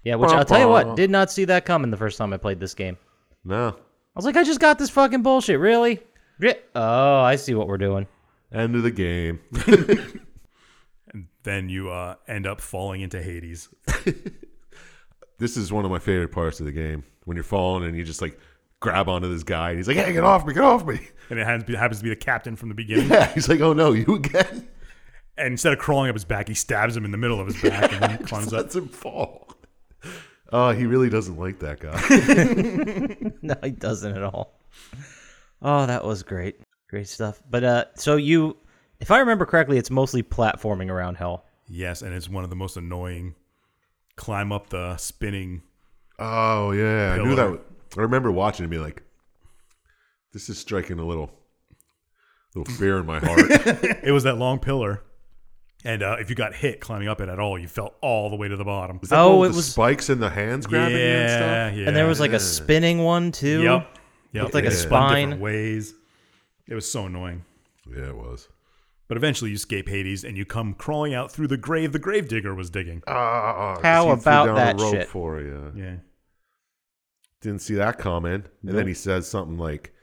Speaker 2: Yeah, which
Speaker 3: Bah,
Speaker 2: I'll tell you
Speaker 3: bah.
Speaker 2: what, did not see that coming the first time I played this game.
Speaker 3: no.
Speaker 2: I was like, I just got this fucking bullshit, really? Re- Oh, I see what we're doing.
Speaker 3: End of the game.
Speaker 1: then you uh, end up falling into Hades.
Speaker 3: This is one of my favorite parts of the game. When you're falling and you just like grab onto this guy and he's like, hey, get off me, get off me.
Speaker 1: And it happens, happens to be the captain from the beginning.
Speaker 3: Yeah, he's like, oh no, you again?
Speaker 1: And instead of crawling up his back, he stabs him in the middle of his back and then
Speaker 3: Just
Speaker 1: climbs up.
Speaker 3: lets him fall. Oh, he really doesn't like that guy.
Speaker 2: No, he doesn't at all. Oh, that was great. Great stuff. But uh, so you, if I remember correctly, it's mostly platforming around hell.
Speaker 1: Yes, and it's one of the most annoying climb up the spinning.
Speaker 3: Oh yeah, I knew
Speaker 1: Pillar.
Speaker 3: that. I remember watching and being like, "This is striking a little, little fear in my heart."
Speaker 1: It was that long pillar. And uh, if you got hit climbing up it at all, you fell all the way to the bottom.
Speaker 3: Is that
Speaker 2: Oh,
Speaker 3: one with
Speaker 2: it
Speaker 3: the
Speaker 2: was-
Speaker 3: spikes in the hands
Speaker 1: Yeah,
Speaker 3: grabbing you and
Speaker 1: yeah,
Speaker 3: stuff.
Speaker 2: And there was like a spinning one too.
Speaker 1: yep, yep.
Speaker 2: Looked like a
Speaker 1: It's done different
Speaker 2: spine.
Speaker 1: Ways. It was so annoying.
Speaker 3: Yeah, it was.
Speaker 1: But eventually you escape Hades and you come crawling out through the grave the gravedigger was digging.
Speaker 3: Ah, 'cause
Speaker 2: How
Speaker 3: he threw
Speaker 2: about
Speaker 3: down a
Speaker 2: that
Speaker 3: rope
Speaker 2: shit?
Speaker 3: For you,
Speaker 1: Yeah.
Speaker 3: didn't see that coming. And then he says something like,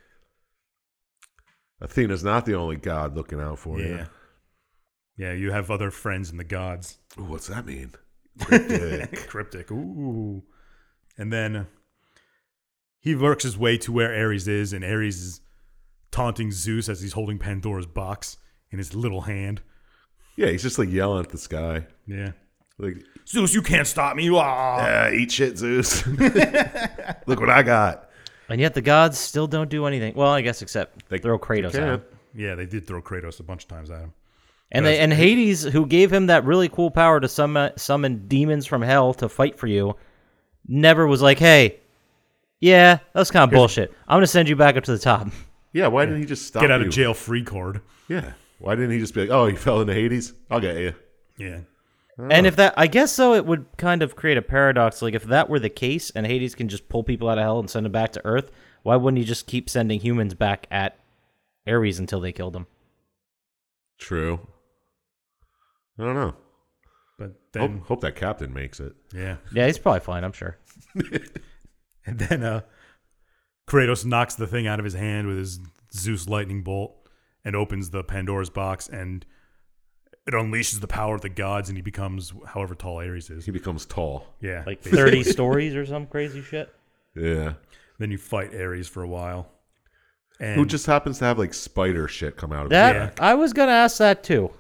Speaker 3: "Athena's not the only god looking out for
Speaker 1: yeah.
Speaker 3: you."
Speaker 1: Yeah, you have other friends in the gods.
Speaker 3: Ooh, what's that mean? Cryptic.
Speaker 1: Cryptic. Ooh. And then he works his way to where Ares is, and Ares is taunting Zeus as he's holding Pandora's box in his little hand.
Speaker 3: yeah, he's just like yelling at the sky.
Speaker 1: Yeah.
Speaker 3: Like,
Speaker 1: Zeus, you can't stop me. Ah.
Speaker 3: ah, eat shit, Zeus. Look what I got.
Speaker 2: And yet the gods still don't do anything. Well, I guess except
Speaker 3: They-
Speaker 2: throw Kratos at
Speaker 3: Yeah.
Speaker 2: him.
Speaker 1: Yeah, they did throw Kratos a bunch of times at him.
Speaker 2: And they, and Hades, who gave him that really cool power to summon, summon demons from hell to fight for you, never was like, "Hey, yeah, that's kind of bullshit. I'm gonna send you back up to the top."
Speaker 3: Yeah, why didn't he just stop
Speaker 1: Get out
Speaker 3: you?
Speaker 1: of jail free card.
Speaker 3: Yeah. Why didn't he just be like, oh, you fell into Hades? I'll get you.
Speaker 1: Yeah.
Speaker 3: Ah.
Speaker 2: And if that, I guess so, it would kind of create a paradox. Like if that were the case, and Hades can just pull people out of hell and send them back to Earth, why wouldn't he just keep sending humans back at Ares until they killed him?
Speaker 3: True. I don't know.
Speaker 1: But
Speaker 3: Hope,
Speaker 1: then,
Speaker 3: hope that captain makes it.
Speaker 1: yeah.
Speaker 2: Yeah, he's probably fine. I'm sure.
Speaker 1: And then uh, Kratos knocks the thing out of his hand with his Zeus lightning bolt and opens the Pandora's box and it unleashes the power of the gods and he becomes however tall Ares is.
Speaker 3: He becomes tall.
Speaker 1: Yeah.
Speaker 2: Like 30 stories or some crazy shit.
Speaker 3: Yeah.
Speaker 1: then you fight Ares for a while. And
Speaker 3: Who just happens to have like spider shit come out of
Speaker 2: That
Speaker 3: his back.
Speaker 2: I was gonna ask that too.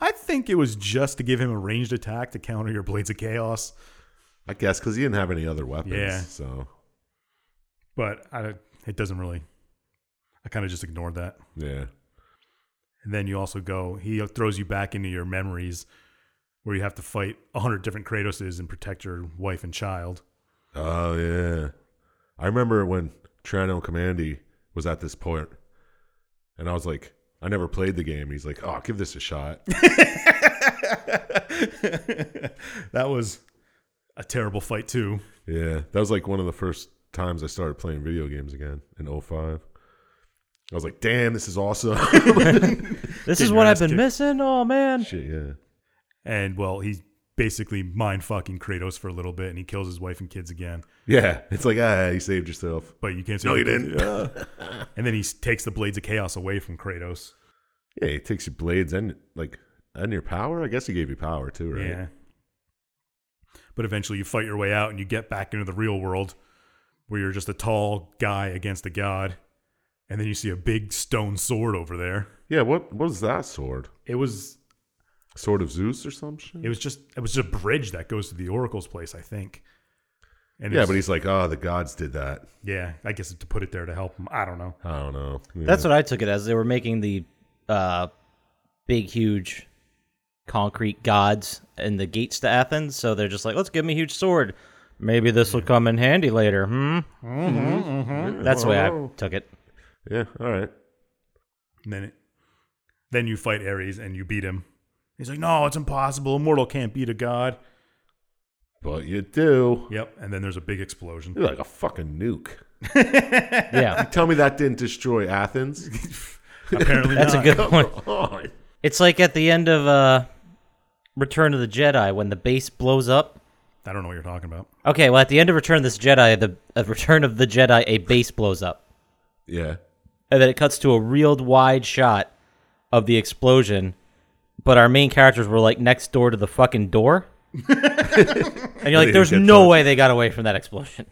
Speaker 1: I think it was just to give him a ranged attack to counter your Blades of Chaos.
Speaker 3: I guess because he didn't have any other weapons.
Speaker 1: Yeah.
Speaker 3: So,
Speaker 1: But I, don't- it doesn't really. I kind of just ignored that.
Speaker 3: yeah.
Speaker 1: And then you also go, he throws you back into your memories where you have to fight 100 different Kratoses and protect your wife and child.
Speaker 3: Oh, yeah. I remember when Trano Commandy was at this point, and I was like, I never played the game. He's like, oh, give this a shot.
Speaker 1: That was a terrible fight, too.
Speaker 3: yeah. That was like one of the first times I started playing video games again in 05. I was like, damn, this is awesome.
Speaker 2: This
Speaker 1: Get
Speaker 2: is
Speaker 1: your
Speaker 2: what I've
Speaker 1: ass
Speaker 2: been
Speaker 1: kicked.
Speaker 2: missing. Oh man.
Speaker 3: Shit, yeah.
Speaker 1: And well, he's basically mind fucking Kratos for a little bit and he kills his wife and kids again.
Speaker 3: Yeah. It's like, ah, you saved yourself.
Speaker 1: But you can't say
Speaker 3: No, you didn't. Yeah.
Speaker 1: And then he s- takes the Blades of Chaos away from Kratos.
Speaker 3: yeah, it takes your blades and like and your power. I guess he gave you power too, right?
Speaker 1: Yeah. But eventually you fight your way out and you get back into the real world where you're just a tall guy against a god. And then you see a big stone sword over there.
Speaker 3: Yeah. What, what was that sword?
Speaker 1: It was
Speaker 3: Sword of Zeus or some shit?
Speaker 1: it was just it was just a bridge that goes to the Oracle's place, I think. And
Speaker 3: yeah,
Speaker 1: it's-
Speaker 3: but he's like, oh, the gods did that.
Speaker 1: yeah, I guess to put it there to help him. I don't know.
Speaker 3: I don't know. Yeah.
Speaker 2: That's what I took it as. They were making the uh, big, huge concrete gods and the gates to Athens. So they're just like, let's give him a huge sword. Maybe this will come in handy later. Hmm. That's the way I took it.
Speaker 3: Yeah. All right.
Speaker 1: And then it, then you fight Ares and you beat him. He's like, "No, it's impossible. A mortal can't beat a god."
Speaker 3: But you do.
Speaker 1: Yep. And then there's a big explosion.
Speaker 3: You're like a fucking nuke.
Speaker 2: Yeah.
Speaker 3: Tell me that didn't destroy Athens.
Speaker 1: Apparently
Speaker 2: That's
Speaker 1: not.
Speaker 2: a good point.
Speaker 3: Oh,
Speaker 2: It's like at the end of uh, Return of the Jedi when the base blows up.
Speaker 1: I don't know what you're talking about.
Speaker 2: Okay, well, at the end of Return of this Jedi, the of Return of the Jedi, a base blows up.
Speaker 3: yeah.
Speaker 2: and then it cuts to a reeled wide shot of the explosion. But our main characters were like next door to the fucking door, and you're like,
Speaker 3: didn't
Speaker 2: "There's
Speaker 3: get
Speaker 2: no
Speaker 3: touched.
Speaker 2: way they got away from that explosion."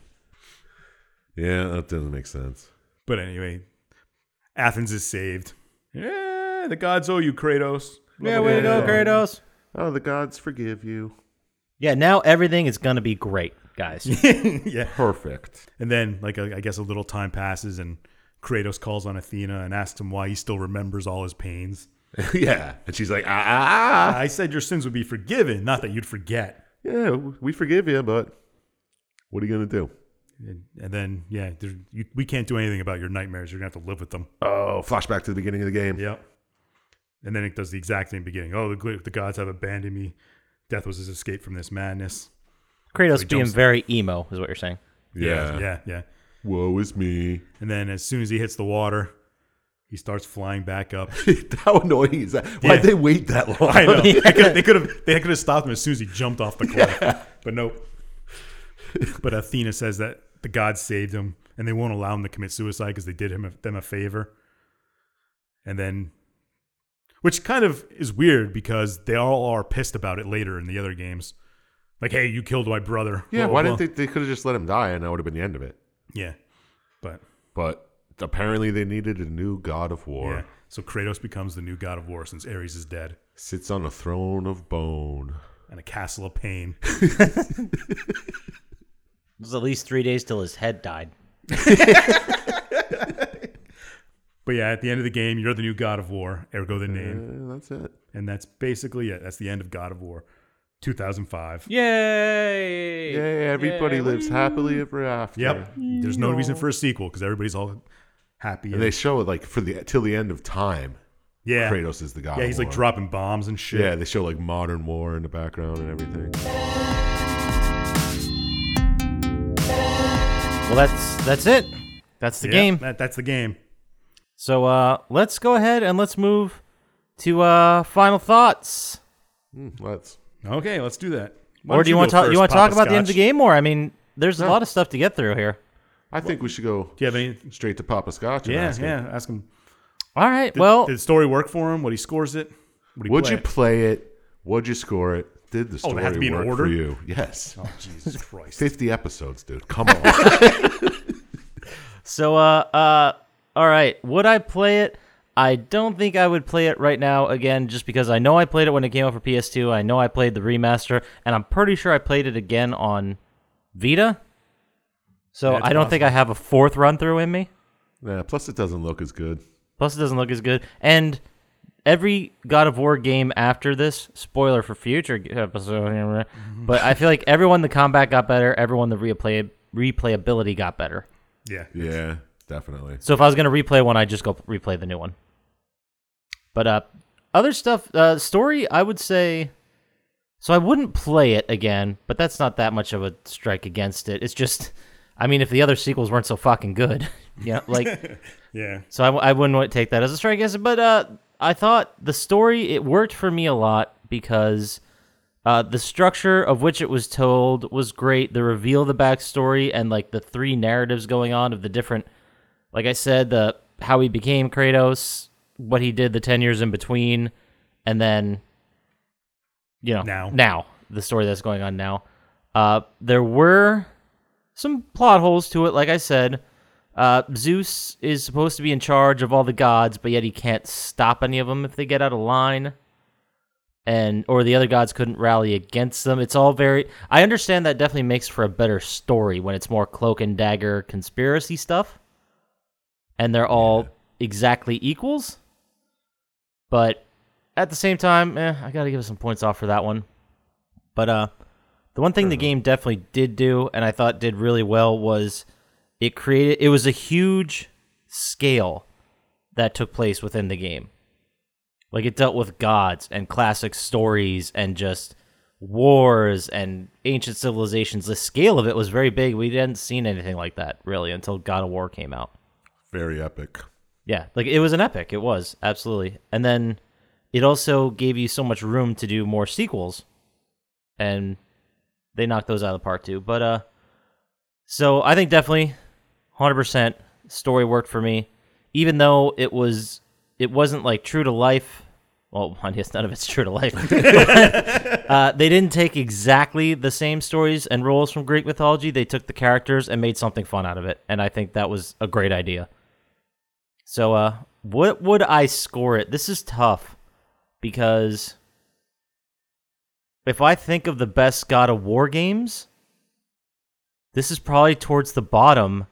Speaker 3: Yeah, that doesn't make sense.
Speaker 1: But anyway, Athens is saved. Yeah, the gods owe you, Kratos.
Speaker 2: Yeah, way to go, Kratos.
Speaker 3: Oh, the gods forgive you.
Speaker 2: Yeah, now everything is gonna be great, guys.
Speaker 1: yeah.
Speaker 3: Perfect.
Speaker 1: And then, like, I I guess a little time passes, and Kratos calls on Athena and asks him why he still remembers all his pains.
Speaker 3: yeah. And she's like, ah, ah, ah.
Speaker 1: I said your sins would be forgiven, not that you'd forget.
Speaker 3: Yeah, we forgive you, but what are you going to do?
Speaker 1: And, and then, yeah, there, you, we can't do anything about your nightmares. You're gonna have to live with them.
Speaker 3: Oh, flashback to the beginning of the game.
Speaker 1: Yep. And then it does the exact same beginning. Oh, the, gl- the gods have abandoned me. Death was his escape from this madness.
Speaker 2: Kratos
Speaker 1: So he
Speaker 2: being
Speaker 1: jumps-
Speaker 2: very emo is what you're saying.
Speaker 3: Yeah.
Speaker 1: yeah, yeah.
Speaker 3: Woe is me.
Speaker 1: And then as soon as he hits the water, he starts flying back up.
Speaker 3: How annoying is that? Why'd
Speaker 1: Yeah.
Speaker 3: they wait that long?
Speaker 1: I know. they could they could have they could have stopped him as soon as he jumped off the cliff, but nope. But Athena says that the gods saved him, and they won't allow him to commit suicide because they did him a, them a favor. And then which kind of is weird because they all are pissed about it later in the other games. Like, hey, you killed my brother.
Speaker 3: Yeah,
Speaker 1: Blah,
Speaker 3: why
Speaker 1: blah,
Speaker 3: didn't they? They could have just let him die, and that would have been the end of it.
Speaker 1: blah. Yeah, but
Speaker 3: But apparently, they needed a new god of war.
Speaker 1: yeah. So Kratos becomes the new god of war since Ares is dead,
Speaker 3: Sits on a throne of bone.
Speaker 1: and a castle of pain.
Speaker 2: It was at least three days till his head died.
Speaker 1: but yeah, at the end of the game, you're the new god of war. Ergo the name,
Speaker 3: Eh, that's it.
Speaker 1: and that's basically it. That's the end of God of War, 2005.
Speaker 2: Yay!
Speaker 3: Yeah, everybody lives happily ever after.
Speaker 1: Yep. There's no reason for a sequel because everybody's all happy.
Speaker 3: And they show it like for the till the end of time.
Speaker 1: yeah.
Speaker 3: Kratos is the god.
Speaker 1: Yeah,
Speaker 3: of
Speaker 1: he's like
Speaker 3: war.
Speaker 1: dropping bombs and shit.
Speaker 3: Yeah, they show like modern war in the background and everything.
Speaker 2: Well, that's that's it. That's the
Speaker 1: Yeah,
Speaker 2: game.
Speaker 1: That, that's the game.
Speaker 2: So uh, let's go ahead and let's move to uh, final thoughts.
Speaker 3: Mm, let's.
Speaker 1: Okay, let's do that. Why
Speaker 2: Or
Speaker 1: don't
Speaker 2: do you
Speaker 1: go
Speaker 2: want to talk?
Speaker 1: first,
Speaker 2: You want to talk
Speaker 1: Papa
Speaker 2: about the end of the
Speaker 1: Scotch?
Speaker 2: game more? I mean, there's a lot of stuff to get through here.
Speaker 3: I think we should go
Speaker 1: Do you have any?
Speaker 3: straight to Papa Scotch. And
Speaker 1: Yeah,
Speaker 3: ask him,
Speaker 1: yeah. Ask him.
Speaker 2: All right.
Speaker 1: Did,
Speaker 2: well,
Speaker 1: did the story work for him? What he scores it? What he
Speaker 3: Would
Speaker 1: play
Speaker 3: you
Speaker 1: it?
Speaker 3: play it? Would you score it? Did the
Speaker 1: Oh,
Speaker 3: story
Speaker 1: they have to be in
Speaker 3: work
Speaker 1: order?
Speaker 3: for you? Yes.
Speaker 1: Oh, Jesus Christ!
Speaker 3: Fifty episodes, dude. Come on.
Speaker 2: so uh, uh, all right. Would I play it? I don't think I would play it right now again, just because I know I played it when it came out for PS2. I know I played the remaster, and I'm pretty sure I played it again on Vita. So
Speaker 1: Yeah, it's
Speaker 2: I don't think I have a fourth run through in me.
Speaker 3: nah, plus, it doesn't look as good.
Speaker 2: Plus, it doesn't look as good. And every God of War game after this, spoiler for future g- episode, but I feel like everyone the combat got better. Everyone the replay replayability got better.
Speaker 1: Yeah.
Speaker 3: Yeah, definitely.
Speaker 2: So if I was gonna replay one, I would just go replay the new one. But uh, other stuff, uh, story, I would say. So I wouldn't play it again, but that's not that much of a strike against it. It's just, I mean, if the other sequels weren't so fucking good, yeah, like
Speaker 1: Yeah.
Speaker 2: so I, w- I wouldn't want to take that as a strike against it, but uh, I thought the story it worked for me a lot because uh, the structure of which it was told was great. The reveal of the backstory and like the three narratives going on of the different, like I said, the how he became Kratos, what he did the ten years in between, and then you know
Speaker 1: Now.
Speaker 2: now the story that's going on now. Uh, there were some plot holes to it, like I said. Uh, Zeus is supposed to be in charge of all the gods, but yet he can't stop any of them if they get out of line, and or the other gods couldn't rally against them. It's all very. I understand that definitely makes for a better story when it's more cloak and dagger conspiracy stuff, and they're all exactly equals. But at the same time, eh, I gotta give it some points off for that one. But uh, the one thing the game definitely did do, and I thought did really well, was it created. It was a huge scale that took place within the game. Like it dealt with gods and classic stories and just wars and ancient civilizations. The scale of it was very big. We hadn't seen anything like that really until God of War came out.
Speaker 3: Very epic.
Speaker 2: Yeah, like it was an epic. It was absolutely, and then it also gave you so much room to do more sequels, and they knocked those out of the park too. But uh, so I think definitely, hundred percent story worked for me, even though it was it wasn't like true to life. Well, I guess none of it's true to life. uh, they didn't take exactly the same stories and roles from Greek mythology. They took the characters and made something fun out of it, and I think that was a great idea. So, uh, what would I score it? This is tough because if I think of the best God of War games, this is probably towards the bottom,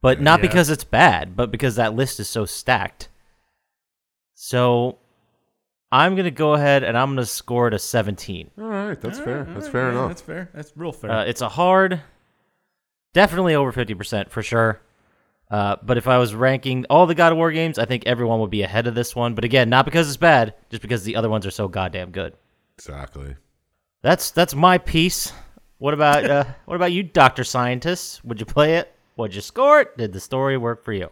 Speaker 2: but not
Speaker 1: Yeah.
Speaker 2: because it's bad, but because that list is so stacked. So, I'm going to go ahead and I'm going to score it a 17.
Speaker 3: All right, that's
Speaker 1: All
Speaker 3: fair.
Speaker 1: right,
Speaker 3: That's
Speaker 1: all
Speaker 3: fair
Speaker 1: right, yeah,
Speaker 3: enough.
Speaker 1: That's fair. That's real fair.
Speaker 2: Uh, it's a hard, definitely over 50% for sure. Uh, but if I was ranking all the God of War games, I think everyone would be ahead of this one. But again, not because it's bad, just because the other ones are so goddamn good.
Speaker 3: Exactly.
Speaker 2: That's that's my piece. What about uh, what about you, Doctor Scientist? Would you play it? Would you score it? Did the story work for you?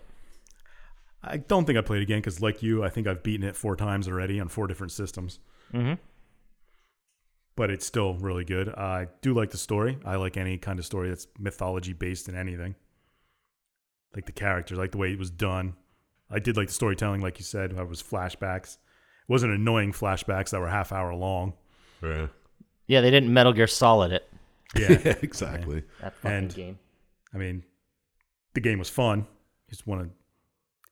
Speaker 1: I don't think I played again because, like you, I think I've beaten it four times already on four different systems.
Speaker 2: Mhm.
Speaker 1: But it's still really good. I do like the story. I like any kind of story that's mythology based in anything. Like the characters, like the way it was done. I did like the storytelling, like you said, how it was flashbacks. It wasn't annoying flashbacks that were half hour long.
Speaker 3: Yeah.
Speaker 2: Yeah, they didn't Metal Gear Solid it.
Speaker 1: Yeah.
Speaker 3: Yeah, exactly.
Speaker 2: That fucking
Speaker 1: And-
Speaker 2: game.
Speaker 1: I mean, the game was fun. It's one of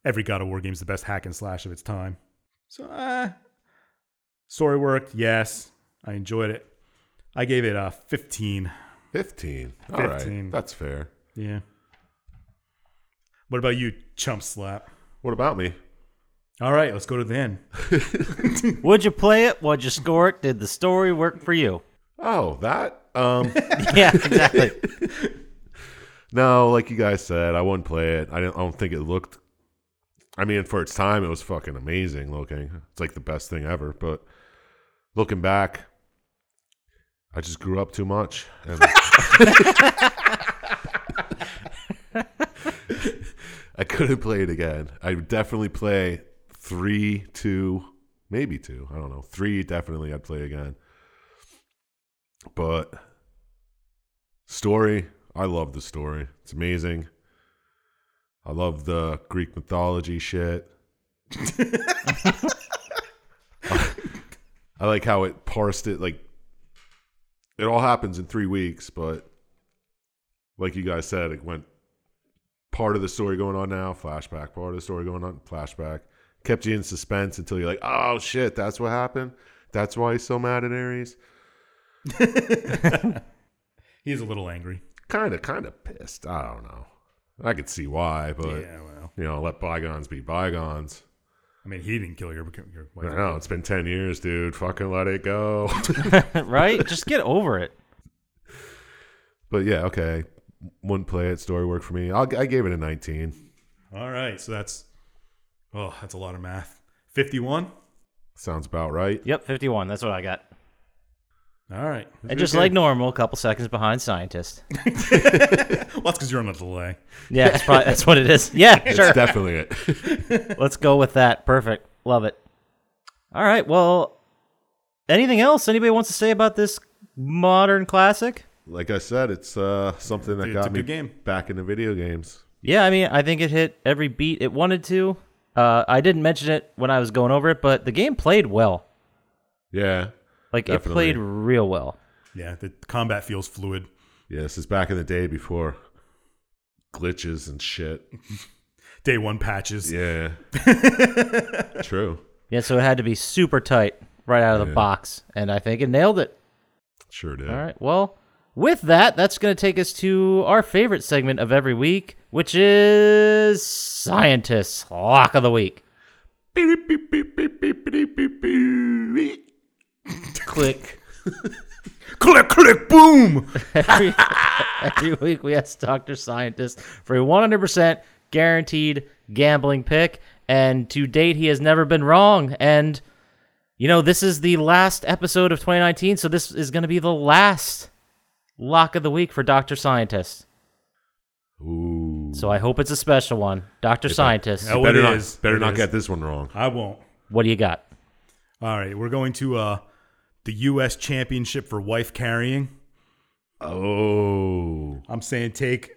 Speaker 1: every God of War game's the best hack and slash of its time. So, uh, story worked. Yes, I enjoyed it. I gave it a 15.
Speaker 3: 15. All right.
Speaker 1: 15.
Speaker 3: That's fair.
Speaker 1: Yeah. What about you, chump slap?
Speaker 3: What about me?
Speaker 1: All right, let's go to the end.
Speaker 2: Would you play it? Would you score it? Did the story work for you?
Speaker 3: Oh, that? Um,
Speaker 2: Yeah, exactly.
Speaker 3: no, like you guys said, I wouldn't play it. I don't, I don't think it looked. I mean, for its time, it was fucking amazing looking. It's like the best thing ever. But looking back, I just grew up too much. And I couldn't play it again. I would definitely play three, two, maybe two. I don't know. Three, definitely, I'd play again. But story, I love the story. It's amazing. I love the Greek mythology shit. I like how it parsed it. Like, it all happens in three weeks, but like you guys said, it went part of the story going on now, flashback, part of the story going on, flashback. Kept you in suspense until you're like, oh shit, that's what happened. That's why he's so mad at Ares.
Speaker 1: He's a little angry.
Speaker 3: Kind of, kind of pissed. I don't know. I could see why, but
Speaker 1: yeah, well,
Speaker 3: you know, let bygones be bygones.
Speaker 1: I mean, he didn't kill your, your
Speaker 3: I
Speaker 1: wife.
Speaker 3: know it's been ten years, dude. Fucking let it go.
Speaker 2: right? Just get over it.
Speaker 3: but yeah, okay. Wouldn't play it. Story work for me. I'll, I gave it a nineteen.
Speaker 1: All right, so that's oh, that's a lot of math. 51.
Speaker 3: Sounds about right.
Speaker 2: Yep, 51. That's what I got.
Speaker 1: All right.
Speaker 2: And just like normal, a couple seconds behind scientist.
Speaker 1: Well, that's because you're on a delay.
Speaker 2: Yeah, that's, probably, that's what it is. Yeah, sure.
Speaker 3: It's definitely it.
Speaker 2: Let's go with that. Perfect. Love it. All right. Well, anything else anybody wants to say about this modern classic?
Speaker 3: like I said, it's uh, something that
Speaker 1: It's a
Speaker 3: got me
Speaker 1: good game.
Speaker 3: back into video games.
Speaker 2: Yeah, I mean, I think it hit every beat it wanted to. Uh, I didn't mention it when I was going over it, but the game played well.
Speaker 3: Yeah,
Speaker 2: Like
Speaker 3: Definitely.
Speaker 2: it played real well.
Speaker 1: Yeah, the combat feels fluid.
Speaker 3: yeah. This is back in the day before glitches and shit.
Speaker 1: Day one patches.
Speaker 3: Yeah, true,
Speaker 2: Yeah, so it had to be super tight right out of the
Speaker 3: Yeah.
Speaker 2: box, and I think it nailed it.
Speaker 3: sure did.
Speaker 2: All right. Well, with that, that's going to take us to our favorite segment of every week, which is Scientist's Lock of the Week. Click.
Speaker 1: Click, click, boom.
Speaker 2: Every, every week we ask Dr. Scientist for a 100% guaranteed gambling pick, and to date, he has never been wrong. And, you know, this is the last episode of 2019, so this is going to be the last Lock of the Week for Dr. Scientist.
Speaker 3: Ooh,
Speaker 2: So I hope it's a special one. Dr. Scientist,
Speaker 1: Oh,
Speaker 3: better
Speaker 1: it
Speaker 3: not,
Speaker 1: is.
Speaker 3: better
Speaker 1: It
Speaker 3: not
Speaker 1: is.
Speaker 3: get this one wrong.
Speaker 1: I won't.
Speaker 2: what do you got?
Speaker 1: All right, we're going to uh, the U.S. Championship for wife carrying.
Speaker 3: Oh,
Speaker 1: I'm saying take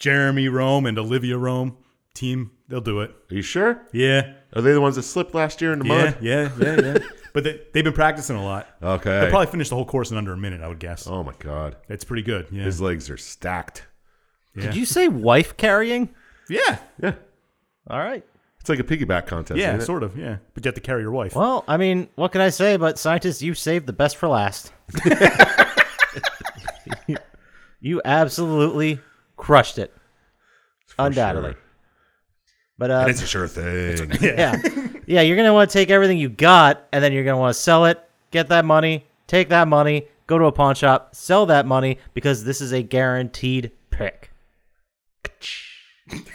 Speaker 1: Jeremy Rome and Olivia Rome team. They'll do it.
Speaker 3: are you sure?
Speaker 1: Yeah,
Speaker 3: Are they the ones that slipped last year in the
Speaker 1: yeah,
Speaker 3: mud?
Speaker 1: yeah, yeah, yeah. but they, they've been practicing a lot.
Speaker 3: Okay.
Speaker 1: They probably finished the whole course in under a minute, I would guess.
Speaker 3: oh my god,
Speaker 1: It's pretty good. Yeah,
Speaker 3: his legs are stacked.
Speaker 1: Yeah.
Speaker 2: Did you say wife carrying?
Speaker 1: yeah,
Speaker 3: Yeah,
Speaker 2: All right.
Speaker 3: it's like a piggyback contest.
Speaker 1: yeah,
Speaker 3: ain't it?
Speaker 1: sort of. Yeah, but you have to carry your wife.
Speaker 2: Well, I mean, what can I say? But scientist, you saved the best for last. you absolutely crushed it,
Speaker 3: For
Speaker 2: undoubtedly.
Speaker 3: sure.
Speaker 2: But uh,
Speaker 3: And it's a sure thing.
Speaker 2: yeah, yeah, you're gonna want to take everything you got, and then you're gonna want to sell it, get that money, take that money, go to a pawn shop, sell that money, because this is a guaranteed pick.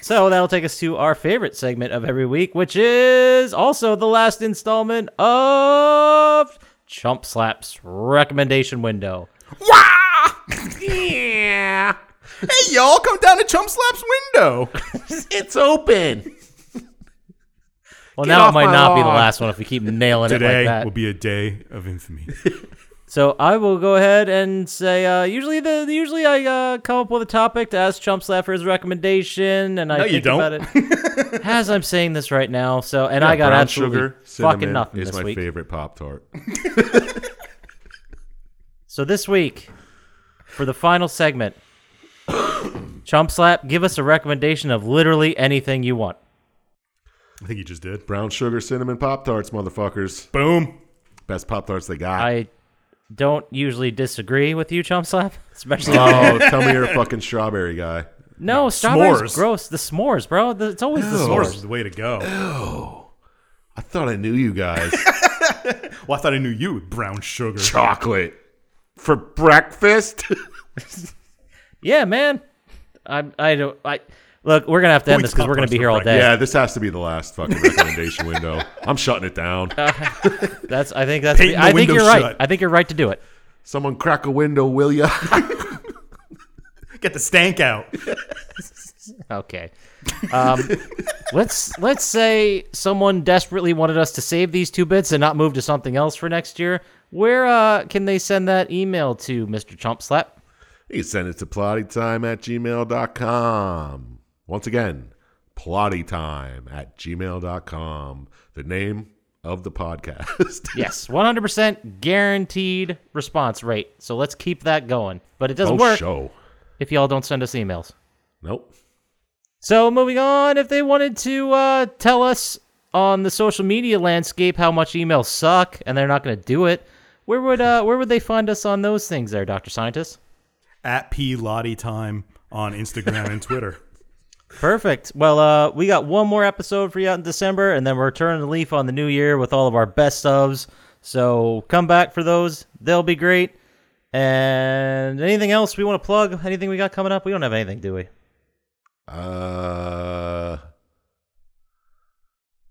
Speaker 2: So that'll take us to our favorite segment of every week, which is also the last installment of Chump Slap's recommendation window.
Speaker 1: yeah. Hey, y'all, come down to Chump Slap's window.
Speaker 3: it's open.
Speaker 2: Well,
Speaker 3: Get
Speaker 2: now it
Speaker 3: off
Speaker 2: might
Speaker 3: my
Speaker 2: not be the
Speaker 3: lawn.
Speaker 2: last one if we keep nailing it
Speaker 1: Today
Speaker 2: like that.
Speaker 1: will be a day of infamy.
Speaker 2: So I will go ahead and say. Uh, usually, the usually I uh, come up with a topic to ask Chump Slap for his recommendation, and I
Speaker 1: No,
Speaker 2: think
Speaker 1: you
Speaker 2: about it as I'm saying this right now. So, and I got
Speaker 3: Brown
Speaker 2: absolutely
Speaker 3: sugar
Speaker 2: fucking
Speaker 3: cinnamon
Speaker 2: nothing
Speaker 3: is
Speaker 2: this
Speaker 3: my
Speaker 2: week.
Speaker 3: favorite Pop Tart.
Speaker 2: So this week, for the final segment, Chump Slap, give us a recommendation of literally anything you want.
Speaker 1: I think you just did.
Speaker 3: Brown sugar cinnamon Pop Tarts, motherfuckers.
Speaker 1: Boom.
Speaker 3: Best Pop Tarts they got.
Speaker 2: I don't usually disagree with you, Chump Slap, especially
Speaker 3: oh, tell me you're a fucking strawberry guy.
Speaker 2: No, strawberries
Speaker 1: s'mores.
Speaker 2: gross. The s'mores, bro. The- it's always the
Speaker 1: Source
Speaker 2: s'mores.
Speaker 1: is the way to go.
Speaker 3: I thought I knew you guys.
Speaker 1: Well, I thought I knew you, brown sugar.
Speaker 3: Chocolate for breakfast.
Speaker 2: Yeah, man. I I don't I look. We're gonna have to end
Speaker 1: we
Speaker 2: this because
Speaker 1: talk
Speaker 2: we're gonna
Speaker 1: about
Speaker 2: be here all
Speaker 1: Sprite.
Speaker 2: day.
Speaker 3: yeah, this has to be the last fucking recommendation window. I'm shutting it down.
Speaker 2: That's I think that's
Speaker 1: Painting the
Speaker 2: I think
Speaker 1: window
Speaker 2: you're right.
Speaker 1: shut.
Speaker 2: I think you're right to do it.
Speaker 3: Someone crack a window, will ya?
Speaker 1: Get the stank out.
Speaker 2: Okay. Um, let's let's say someone desperately wanted us to save these two bits and not move to something else for next year. Where uh, can they send that email to, Mr. Chump Slap?
Speaker 3: you can send it to plottytime at gmail.com. Once again, plottytime at gmail.com. The name of the podcast.
Speaker 2: Yes, 100% guaranteed response rate. So let's keep that going. But it doesn't
Speaker 3: Oh,
Speaker 2: work
Speaker 3: show.
Speaker 2: if y'all don't send us emails.
Speaker 3: Nope.
Speaker 2: So moving on, if they wanted to uh, tell us on the social media landscape how much emails suck and they're not going to do it, where would uh, where would they find us on those things there, Dr. Scientist?
Speaker 1: At P Lottie Time on Instagram and Twitter.
Speaker 2: Perfect. Well, uh, we got one more episode for you out in December, and then we're turning the leaf on the new year with all of our best subs. So come back for those; they'll be great. And anything else we want to plug? Anything we got coming up? We don't have anything, do we?
Speaker 3: Uh,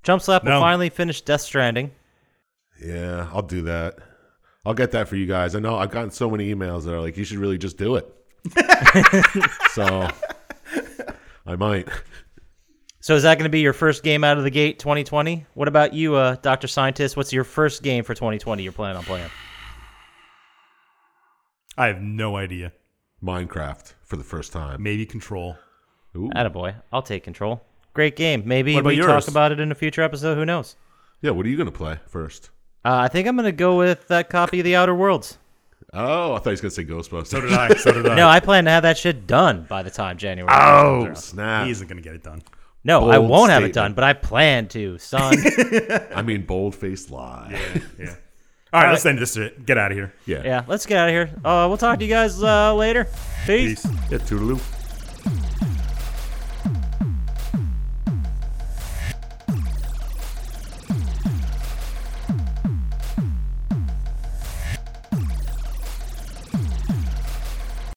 Speaker 2: Jump Slap
Speaker 1: No.
Speaker 2: will finally finish Death Stranding.
Speaker 3: yeah, I'll do that. I'll get that for you guys. I know I've gotten so many emails that are like, you should really just do it. so I might.
Speaker 2: So is that going to be your first game out of the gate, 2020? What about you, uh, Doctor Scientist? What's your first game for 2020? You're planning on playing?
Speaker 1: I have no idea.
Speaker 3: Minecraft for the first time.
Speaker 1: Maybe control.
Speaker 3: Ooh.
Speaker 2: Attaboy. I'll take control. Great game. Maybe
Speaker 1: What about
Speaker 2: we
Speaker 1: yours?
Speaker 2: talk about it in a future episode. Who knows?
Speaker 3: Yeah, what are you going to play first?
Speaker 2: Uh, I think I'm going to go with that copy of The Outer Worlds.
Speaker 3: Oh, I thought he was going to say Ghostbusters.
Speaker 1: So did I. So did I.
Speaker 2: No, I plan to have that shit done by the time January.
Speaker 3: Oh, snap.
Speaker 1: he isn't going to get it done.
Speaker 2: no, I
Speaker 3: bold
Speaker 2: won't have it
Speaker 3: statement.
Speaker 2: done, but I plan to, son.
Speaker 3: I mean, bold faced lie.
Speaker 1: Yeah. All right, let's end this shit. Get out of here.
Speaker 3: Yeah.
Speaker 2: yeah, let's get out of here. Uh, we'll talk to you guys uh, later.
Speaker 1: Peace.
Speaker 2: Peace.
Speaker 3: yeah toodaloo.